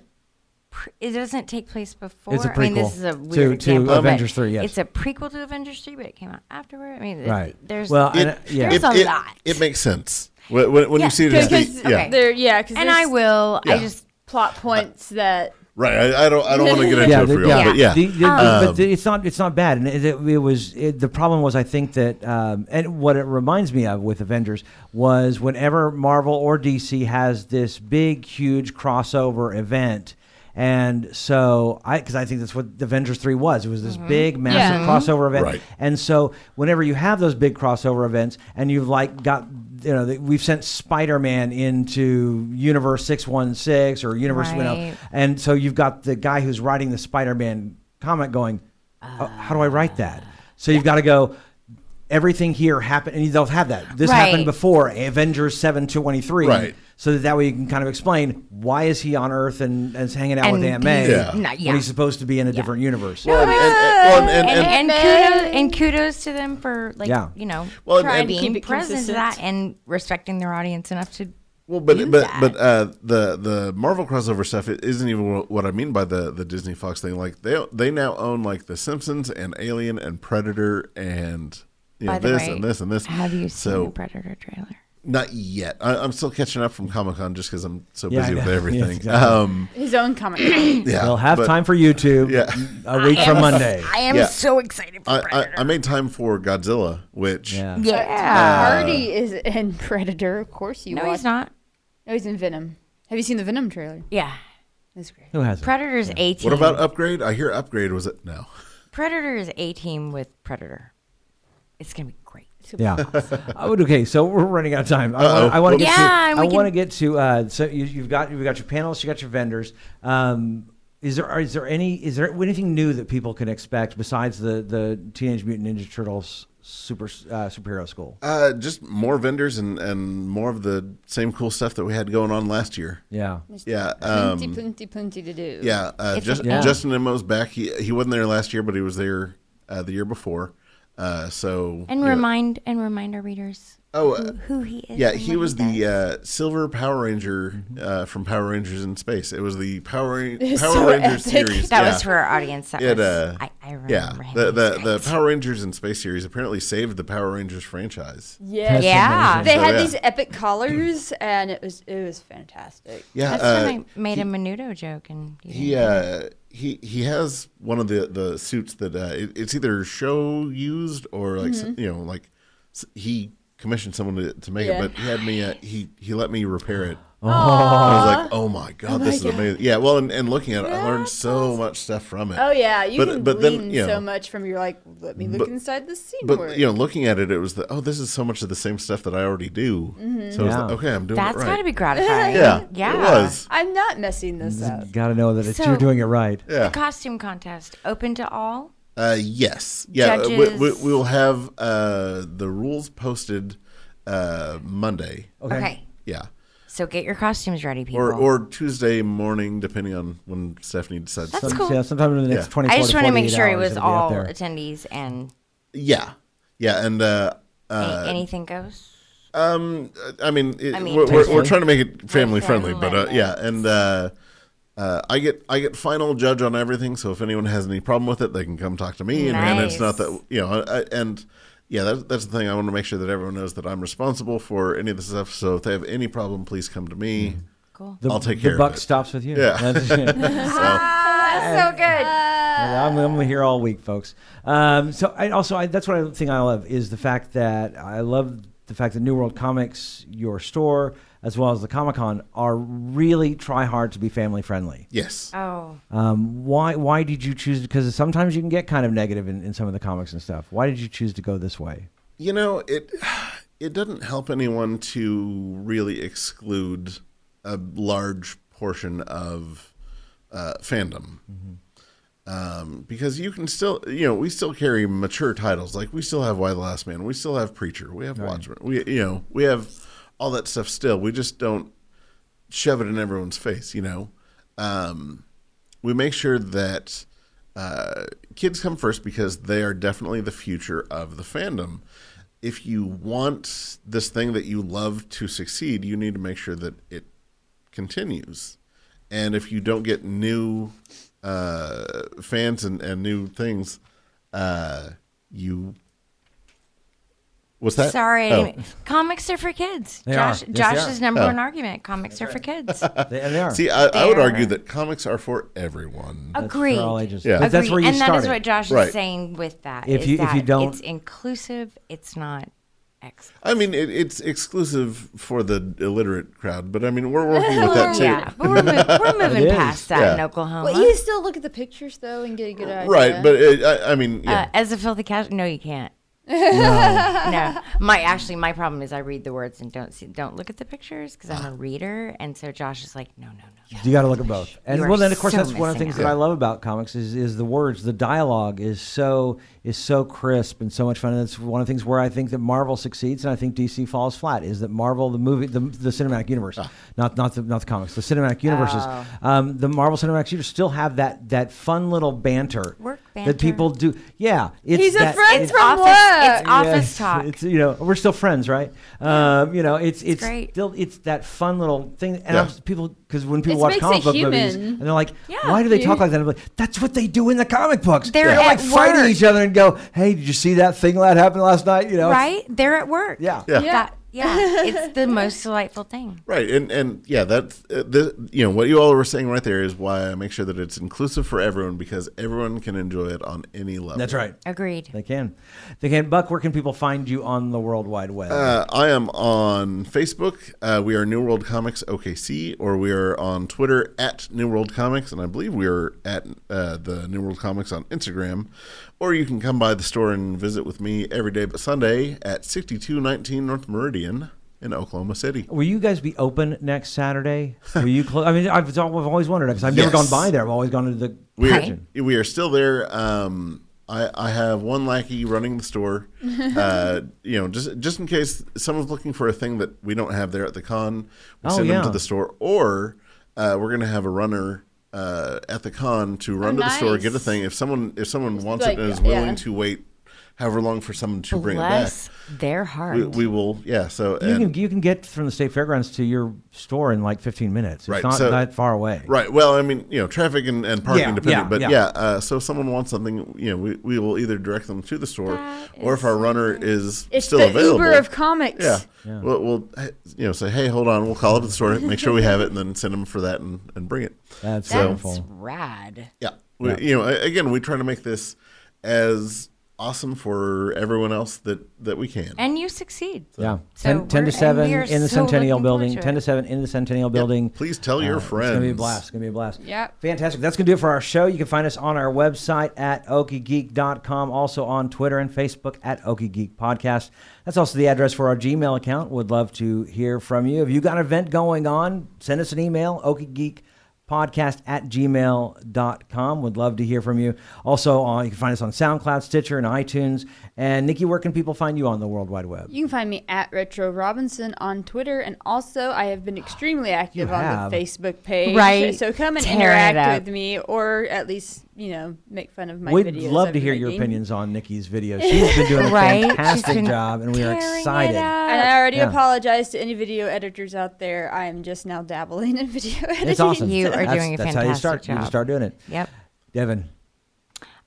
Speaker 3: pre- it doesn't take place before.
Speaker 1: It's a
Speaker 3: I mean,
Speaker 1: prequel
Speaker 3: this is a
Speaker 1: to-
Speaker 3: weird
Speaker 1: to
Speaker 3: example, but
Speaker 1: Avengers 3, yes.
Speaker 3: It's a prequel to Avengers Three, but it came out afterward. I mean, it-
Speaker 1: Right.
Speaker 3: there's
Speaker 1: Well,
Speaker 4: It,
Speaker 1: And, uh, yeah.
Speaker 4: it,
Speaker 3: There's a
Speaker 4: it-
Speaker 3: lot.
Speaker 4: It makes sense when, when, when
Speaker 3: Yeah,
Speaker 4: you see it. As
Speaker 2: Because
Speaker 4: the, yeah,
Speaker 3: okay.
Speaker 2: there, yeah, because
Speaker 3: and I will. I
Speaker 4: Yeah.
Speaker 3: just
Speaker 2: plot points that
Speaker 4: right. I, I don't. I don't want to get into
Speaker 1: yeah,
Speaker 4: it
Speaker 1: the-
Speaker 4: for real. But yeah,
Speaker 1: The- the- but the- it's not it's not bad, and it, it, it was it, the problem was I think that um, and what it reminds me of with Avengers was whenever Marvel or DC has this big huge crossover event. And so I, because I think that's what Avengers three was. It was this big, massive
Speaker 2: Yeah.
Speaker 1: crossover event.
Speaker 4: Right.
Speaker 1: And so whenever you have those big crossover events, and you've like got, you know, that we've sent Spider Man into Universe six one six or Universe, you know,
Speaker 3: Right.
Speaker 1: and so you've got the guy who's writing the Spider-Man comic going, "Oh, "How do I write
Speaker 3: Ah.
Speaker 1: that?" So you've got to go. Everything here happened, and they'll have that. This happened
Speaker 3: Right.
Speaker 1: before Avengers seven twenty three,
Speaker 4: Right.
Speaker 1: So that, that way you can kind of explain why is he on Earth and, and is hanging out with
Speaker 3: And
Speaker 1: Aunt May
Speaker 4: he's Yeah.
Speaker 3: not- yeah.
Speaker 1: when he's supposed to be in a different universe.
Speaker 4: Well, and, and, well, and,
Speaker 3: and,
Speaker 4: and, and-
Speaker 3: and kudos and kudos to them for like
Speaker 1: Yeah.
Speaker 3: you know
Speaker 4: Well, and-
Speaker 3: trying
Speaker 4: and-
Speaker 3: to
Speaker 2: Keep
Speaker 3: being
Speaker 2: it
Speaker 3: present to that
Speaker 2: consistent.
Speaker 3: and respecting their audience enough to
Speaker 4: well, but
Speaker 3: do
Speaker 4: but
Speaker 3: that.
Speaker 4: but uh, the the Marvel crossover stuff it isn't even wha- what I mean by the the Disney Fox thing. Like they they now own like the Simpsons and Alien and Predator and. You know,
Speaker 3: By the
Speaker 4: this
Speaker 3: way,
Speaker 4: and this and this.
Speaker 3: have you seen
Speaker 4: so
Speaker 3: the Predator trailer?
Speaker 4: not yet? I, I'm still catching up from Comic Con just because I'm so
Speaker 1: Yeah, I
Speaker 4: busy with
Speaker 1: know. Yes,
Speaker 4: everything.
Speaker 1: exactly.
Speaker 4: um,
Speaker 2: his own comic.
Speaker 4: yeah,
Speaker 1: They'll have
Speaker 4: but-
Speaker 1: time for YouTube
Speaker 4: Yeah.
Speaker 1: a week from Monday.
Speaker 3: I am
Speaker 4: Yeah.
Speaker 3: so excited for
Speaker 4: I,
Speaker 3: Predator.
Speaker 4: I, I made time for Godzilla, which
Speaker 1: Yeah.
Speaker 4: Uh,
Speaker 3: yeah.
Speaker 2: Hardy is in Predator, of course you.
Speaker 3: no,
Speaker 2: watch-
Speaker 3: he's not.
Speaker 2: No, he's in Venom. Have you seen the Venom trailer?
Speaker 3: Yeah.
Speaker 2: That's great.
Speaker 1: Who has it?
Speaker 3: Predator's A team.
Speaker 4: What about Upgrade? I hear Upgrade was it? No.
Speaker 3: Predator is A team with Predator. It's gonna be great.
Speaker 1: Yeah. I would, okay, so we're running out of time. I wanna- I want to get
Speaker 3: Yeah,
Speaker 1: to.
Speaker 3: and
Speaker 1: I
Speaker 3: we
Speaker 1: want to
Speaker 3: can-
Speaker 1: get to. Uh, so you, you've got you've got your panelists, you got your vendors. Um, is there is there any is there anything new that people can expect besides the the Teenage Mutant Ninja Turtles super uh, superhero school?
Speaker 4: Uh, just more vendors and, and more of the same cool stuff that we had going on last year.
Speaker 1: Yeah.
Speaker 4: Yeah.
Speaker 2: Plenty,
Speaker 4: Um,
Speaker 2: plenty, plenty to do.
Speaker 4: yeah. Uh,
Speaker 3: It's
Speaker 4: just,
Speaker 3: a- Yeah.
Speaker 4: Justin Emo's back. He, he wasn't there last year, but he was there uh, the year before. Uh, so.
Speaker 3: And
Speaker 4: you know-
Speaker 3: remind and remind our readers who,
Speaker 4: Oh, uh,
Speaker 3: who he is.
Speaker 4: Yeah,
Speaker 3: and
Speaker 4: he
Speaker 3: what
Speaker 4: was
Speaker 3: does.
Speaker 4: the uh, silver Power Ranger uh, from Power Rangers in Space. It was the Power, Ra- Power
Speaker 2: so
Speaker 4: Rangers
Speaker 2: epic.
Speaker 4: series.
Speaker 3: That
Speaker 4: yeah.
Speaker 3: was for our audience. That
Speaker 4: It,
Speaker 3: was,
Speaker 4: uh,
Speaker 3: I, I remember.
Speaker 4: Yeah,
Speaker 3: him.
Speaker 4: the the,
Speaker 3: He's
Speaker 4: the
Speaker 3: great.
Speaker 4: Power Rangers in Space series apparently saved the Power Rangers franchise.
Speaker 2: Yeah.
Speaker 1: That's
Speaker 3: Yeah.
Speaker 1: amazing.
Speaker 2: They had
Speaker 4: yeah.
Speaker 2: these epic collars, and it was it was fantastic.
Speaker 4: Yeah,
Speaker 3: That's
Speaker 4: uh,
Speaker 3: when I made a Menudo joke, and you
Speaker 4: he
Speaker 3: didn't-
Speaker 4: uh, he he has one of the the suits that uh, it, it's either show used or like s you know like s- he commissioned someone to, to make
Speaker 2: Yeah.
Speaker 4: it, but he had me uh, he he let me repair it. I was like, oh my god, this is amazing. Yeah, well, and, and looking at it, I learned so much stuff from it.
Speaker 2: Oh yeah, you
Speaker 4: But-
Speaker 2: can
Speaker 4: but then,
Speaker 2: glean
Speaker 4: you know,
Speaker 2: so much from your like. Let me look
Speaker 4: but-
Speaker 2: inside the scene.
Speaker 4: But you know, looking at it, it was the oh, this is so much of the same stuff that I already do. So I was
Speaker 1: Yeah.
Speaker 4: like, okay, I'm doing
Speaker 3: That's
Speaker 4: it right.
Speaker 3: got to be gratifying.
Speaker 4: yeah,
Speaker 3: yeah.
Speaker 4: it was.
Speaker 2: I'm not messing this up.
Speaker 1: Got to know that it's,
Speaker 3: So-
Speaker 1: you're doing it right.
Speaker 4: Yeah.
Speaker 3: The costume contest open to all.
Speaker 4: Uh, yes. Yeah. uh, We, we,
Speaker 3: Judges.
Speaker 4: we will have uh, the rules posted uh, Monday.
Speaker 1: Okay.
Speaker 4: Yeah.
Speaker 3: So get your costumes ready, people.
Speaker 4: Or, or Tuesday morning, depending on when Stephanie decides.
Speaker 3: That's
Speaker 4: to-
Speaker 3: cool.
Speaker 1: Yeah, sometime in the next
Speaker 4: Yeah.
Speaker 1: 24
Speaker 3: I just
Speaker 1: want to
Speaker 3: make sure it
Speaker 1: hours
Speaker 3: was
Speaker 1: it'll be up
Speaker 3: all
Speaker 1: there.
Speaker 3: attendees and
Speaker 4: Yeah. Yeah. And uh,
Speaker 3: a-
Speaker 4: uh,
Speaker 3: anything goes.
Speaker 4: I mean, it,
Speaker 3: mean,
Speaker 4: we're, we're, we're
Speaker 1: Tastefully.
Speaker 4: trying to make it
Speaker 3: Family
Speaker 4: family friendly, but uh,
Speaker 3: friendly.
Speaker 4: yeah. And uh, uh, I get I get final judge on everything. So if anyone has any problem with it, they can come talk to me. And, and it's not
Speaker 3: Nice.
Speaker 4: that you know. I, I- and yeah, that, that's the thing. I want to make sure that everyone knows that I'm responsible for any of this stuff. So if they have any problem, please come to
Speaker 3: Mm-hmm.
Speaker 4: me.
Speaker 3: Cool.
Speaker 1: The,
Speaker 4: I'll take
Speaker 1: the
Speaker 4: care of
Speaker 1: buck
Speaker 4: it.
Speaker 1: stops with you.
Speaker 4: Yeah.
Speaker 1: That's-
Speaker 3: so good.
Speaker 4: uh,
Speaker 3: Uh,
Speaker 1: Yeah, I'm, I'm here all week, folks. Um, so I also I, that's what I think I love is the fact that I love the fact that New World Comics, your store, as well as the Comic Con, are really try hard to be family friendly.
Speaker 4: Yes.
Speaker 3: Oh,
Speaker 1: Um, why why did you choose? Because sometimes you can get kind of negative in, in some of the comics and stuff. Why did you choose to go this way?
Speaker 4: You know, it it doesn't help anyone to really exclude a large portion of uh, fandom. Um, because you can still, you know, we still carry mature titles. Like we still have Why the Last Man, we still have Preacher, we have Watchmen, we, you know, we have all that stuff still. We just don't shove it in everyone's face, you know. Um, we make sure that uh, kids come first because they are definitely the future of the fandom. If you want this thing that you love to succeed, you need to make sure that it continues. and if you don't get new uh, fans and, and new things, uh, you what's that?
Speaker 3: Sorry,
Speaker 4: Oh.
Speaker 3: comics are for kids.
Speaker 1: They
Speaker 3: Josh,
Speaker 1: are. Yes, they
Speaker 3: Josh's
Speaker 1: are.
Speaker 3: number one argument: comics are for kids.
Speaker 1: They, and they are.
Speaker 4: See, I, I would
Speaker 3: They're-
Speaker 4: argue that comics are for everyone.
Speaker 1: That's for
Speaker 3: Agreed.
Speaker 1: all ages.
Speaker 4: Yeah.
Speaker 1: But that's
Speaker 3: Agreed.
Speaker 1: where you
Speaker 3: and
Speaker 1: started.
Speaker 3: that is what Josh
Speaker 4: Right.
Speaker 3: is saying with that.
Speaker 1: If
Speaker 3: is
Speaker 1: you- if you
Speaker 3: that
Speaker 1: don't-
Speaker 3: it's inclusive. It's not ex.
Speaker 4: I mean, it, it's exclusive for the illiterate crowd, but I mean, we're working with that too.
Speaker 3: Yeah, but we're, mov- we're moving
Speaker 1: is.
Speaker 3: past that in
Speaker 4: Yeah.
Speaker 3: Oklahoma.
Speaker 2: Well, you can still look at the pictures though and get a good idea.
Speaker 4: Right, but it, I, I mean,
Speaker 3: uh,
Speaker 4: yeah.
Speaker 3: as a filthy casual, no, you can't. no, my actually, my problem is I read the words and don't see, don't look at the pictures because I'm a reader, and so Josh is like, no, no, no.
Speaker 1: You got to look at both. And
Speaker 3: You are
Speaker 1: well, then of course
Speaker 3: so
Speaker 1: that's one of the
Speaker 3: missing
Speaker 1: things
Speaker 3: out.
Speaker 1: that I love about comics is is the words, the dialogue is so is so crisp and so much fun. And that's one of the things where I think that Marvel succeeds and I think DC falls flat. Is that Marvel the movie, the, the cinematic universe, not not the not the comics, the cinematic universes.
Speaker 3: Oh.
Speaker 1: Um, the Marvel cinematic universe still have that that fun little banter,
Speaker 3: Work banter.
Speaker 1: that people do. Yeah, it's
Speaker 2: He's a
Speaker 1: that-
Speaker 2: friend
Speaker 1: it's-
Speaker 2: from
Speaker 3: office,
Speaker 2: work.
Speaker 3: it's office
Speaker 1: Yes,
Speaker 3: talk.
Speaker 1: It's you know we're still friends, right? Um, you know it's it's,
Speaker 3: great.
Speaker 1: still it's that fun little thing, and
Speaker 4: Yeah.
Speaker 1: I'm, people because when people
Speaker 2: It's
Speaker 1: watch
Speaker 2: makes
Speaker 1: comic
Speaker 2: it
Speaker 1: book movies
Speaker 2: human.
Speaker 1: and they're like,
Speaker 3: Yeah.
Speaker 1: why do they talk like that? I'm like, that's what they do in the comic books.
Speaker 3: They're
Speaker 1: like
Speaker 3: at
Speaker 1: fighting
Speaker 3: work.
Speaker 1: each other and go, hey, did you see that thing that happened last night? You know, it's-
Speaker 3: Right? They're at work.
Speaker 1: Yeah.
Speaker 4: Yeah.
Speaker 2: Yeah.
Speaker 3: That- yeah. It's the most delightful thing.
Speaker 4: Right, and and yeah, that's uh, the you know what you all were saying right there is why I make sure that it's inclusive for everyone because everyone can enjoy it on any level.
Speaker 1: That's right.
Speaker 3: Agreed.
Speaker 1: They can, they can. Buck, where can people find you on the World Wide Web?
Speaker 4: Uh, I am on Facebook. Uh, we are New World Comics OKC, or we are on Twitter at New World Comics, and I believe we are at uh, the New World Comics on Instagram. Or you can come by the store and visit with me every day but Sunday at 6219 North Meridian in Oklahoma City.
Speaker 1: Will you guys be open next Saturday? Will you close? I mean, I've, I've always wondered because I've never
Speaker 4: Yes.
Speaker 1: gone by there. I've always gone to the
Speaker 4: We
Speaker 3: Hi.
Speaker 4: are, we are still there. Um, I, I have one lackey running the store. Uh, you know, just just in case someone's looking for a thing that we don't have there at the con, we
Speaker 1: Oh,
Speaker 4: send
Speaker 1: yeah.
Speaker 4: them to the store, or uh, we're gonna have a runner. Uh, at the con to run to the store
Speaker 2: nice.
Speaker 4: get a thing if someone if someone wants
Speaker 2: like,
Speaker 4: it and is
Speaker 2: yeah.
Speaker 4: willing to wait however long for someone to bring
Speaker 3: Bless
Speaker 4: it
Speaker 3: their
Speaker 4: back
Speaker 3: heart.
Speaker 4: we, we will yeah so
Speaker 1: You
Speaker 4: and-
Speaker 1: can you can get from the state fairgrounds to your store in like 15 minutes. It's
Speaker 4: Right,
Speaker 1: not
Speaker 4: so-
Speaker 1: that far away.
Speaker 4: Right. Well, I mean, you know, traffic and, and parking
Speaker 1: Yeah,
Speaker 4: depending.
Speaker 1: yeah,
Speaker 4: but
Speaker 1: yeah.
Speaker 4: yeah, uh, so if someone wants something, you know, we, we will either direct them to the store,
Speaker 3: That
Speaker 4: or if
Speaker 3: is
Speaker 4: our runner is
Speaker 2: it's
Speaker 4: still
Speaker 2: the
Speaker 4: available,
Speaker 2: Uber of comics.
Speaker 4: yeah, We'll, we'll eh, you know say, hey, hold on, we'll call up the store, make sure we have it, and then send them for that and, and bring it.
Speaker 1: That's
Speaker 4: So-
Speaker 3: That's
Speaker 1: wonderful.
Speaker 3: rad.
Speaker 4: Yeah. We, You know, a- again, we try to make this as awesome for everyone else that that we can.
Speaker 3: And you succeed.
Speaker 1: Yeah.
Speaker 3: So
Speaker 1: 10, 10 to
Speaker 3: we're-
Speaker 1: 7
Speaker 3: and we are
Speaker 1: in the
Speaker 3: so
Speaker 1: Centennial
Speaker 3: looking forward
Speaker 1: Building.
Speaker 3: to
Speaker 1: 10 to
Speaker 3: it.
Speaker 1: 7 in the Centennial Building. uh,
Speaker 4: Please tell your friends.
Speaker 1: It's going to be a blast. It's going to be a blast.
Speaker 2: Yep.
Speaker 1: Fantastic. That's going to do it for our show. You can find us on our website at okiegeek.com, also on Twitter and Facebook at okiegeek podcast. That's also the address for our Gmail account. Would love to hear from you. If you got an event going on, send us an email, okiegeekpodcast at gmail.com. Would love to hear from you. Also, uh, you can find us on SoundCloud, Stitcher, and iTunes. And Nikki, where can people find you on the World Wide Web?
Speaker 2: You can find me at Retro Robinson on Twitter, and also I have been extremely active
Speaker 1: You have.
Speaker 2: on the Facebook page.
Speaker 3: Right.
Speaker 2: So come and
Speaker 3: Tear it up.
Speaker 2: interact with me, or at least you know make fun of my
Speaker 1: We'd
Speaker 2: videos.
Speaker 1: love
Speaker 2: I've
Speaker 1: to
Speaker 2: been
Speaker 1: hear your
Speaker 2: making.
Speaker 1: opinions on Nikki's video. She's been doing a
Speaker 3: Right? She's
Speaker 1: fantastic
Speaker 3: been
Speaker 1: job, and we are
Speaker 3: tearing it
Speaker 1: excited.
Speaker 3: up.
Speaker 2: And I already
Speaker 1: Yeah.
Speaker 2: apologize to any video editors out there. I am just now dabbling in video editing.
Speaker 1: It's awesome.
Speaker 3: You are
Speaker 1: that's,
Speaker 3: doing a
Speaker 1: that's how you
Speaker 3: fantastic
Speaker 1: start. You
Speaker 3: job.
Speaker 1: just start doing it.
Speaker 3: Yep.
Speaker 1: Devin,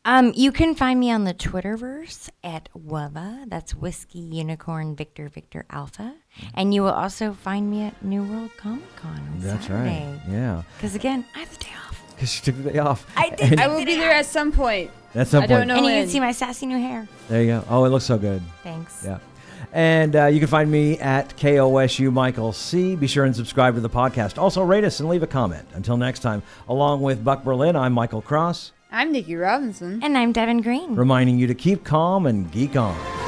Speaker 3: Um, you can find me on the Twitterverse at Wava. That's Whiskey Unicorn Victor Victor Alpha.
Speaker 1: Mm-hmm.
Speaker 3: And you will also find me at New World Comic Con on
Speaker 1: that's right. Yeah,
Speaker 3: Because again, I have the day off.
Speaker 1: because she took the day off.
Speaker 3: I did.
Speaker 2: I will be there at some point.
Speaker 1: At some
Speaker 2: I don't
Speaker 1: point.
Speaker 2: know
Speaker 3: and you
Speaker 2: when.
Speaker 3: can see my sassy new hair.
Speaker 1: There you go. Oh, it looks so good.
Speaker 3: Thanks.
Speaker 1: Yeah. And uh, you can find me at KOSU Michael C. Be sure and subscribe to the podcast. Also, rate us and leave a comment. Until next time, along with Buck Berlin, I'm Michael Cross,
Speaker 2: I'm Nikki Robinson.
Speaker 3: And I'm Devin Green.
Speaker 1: reminding you to keep calm and geek on.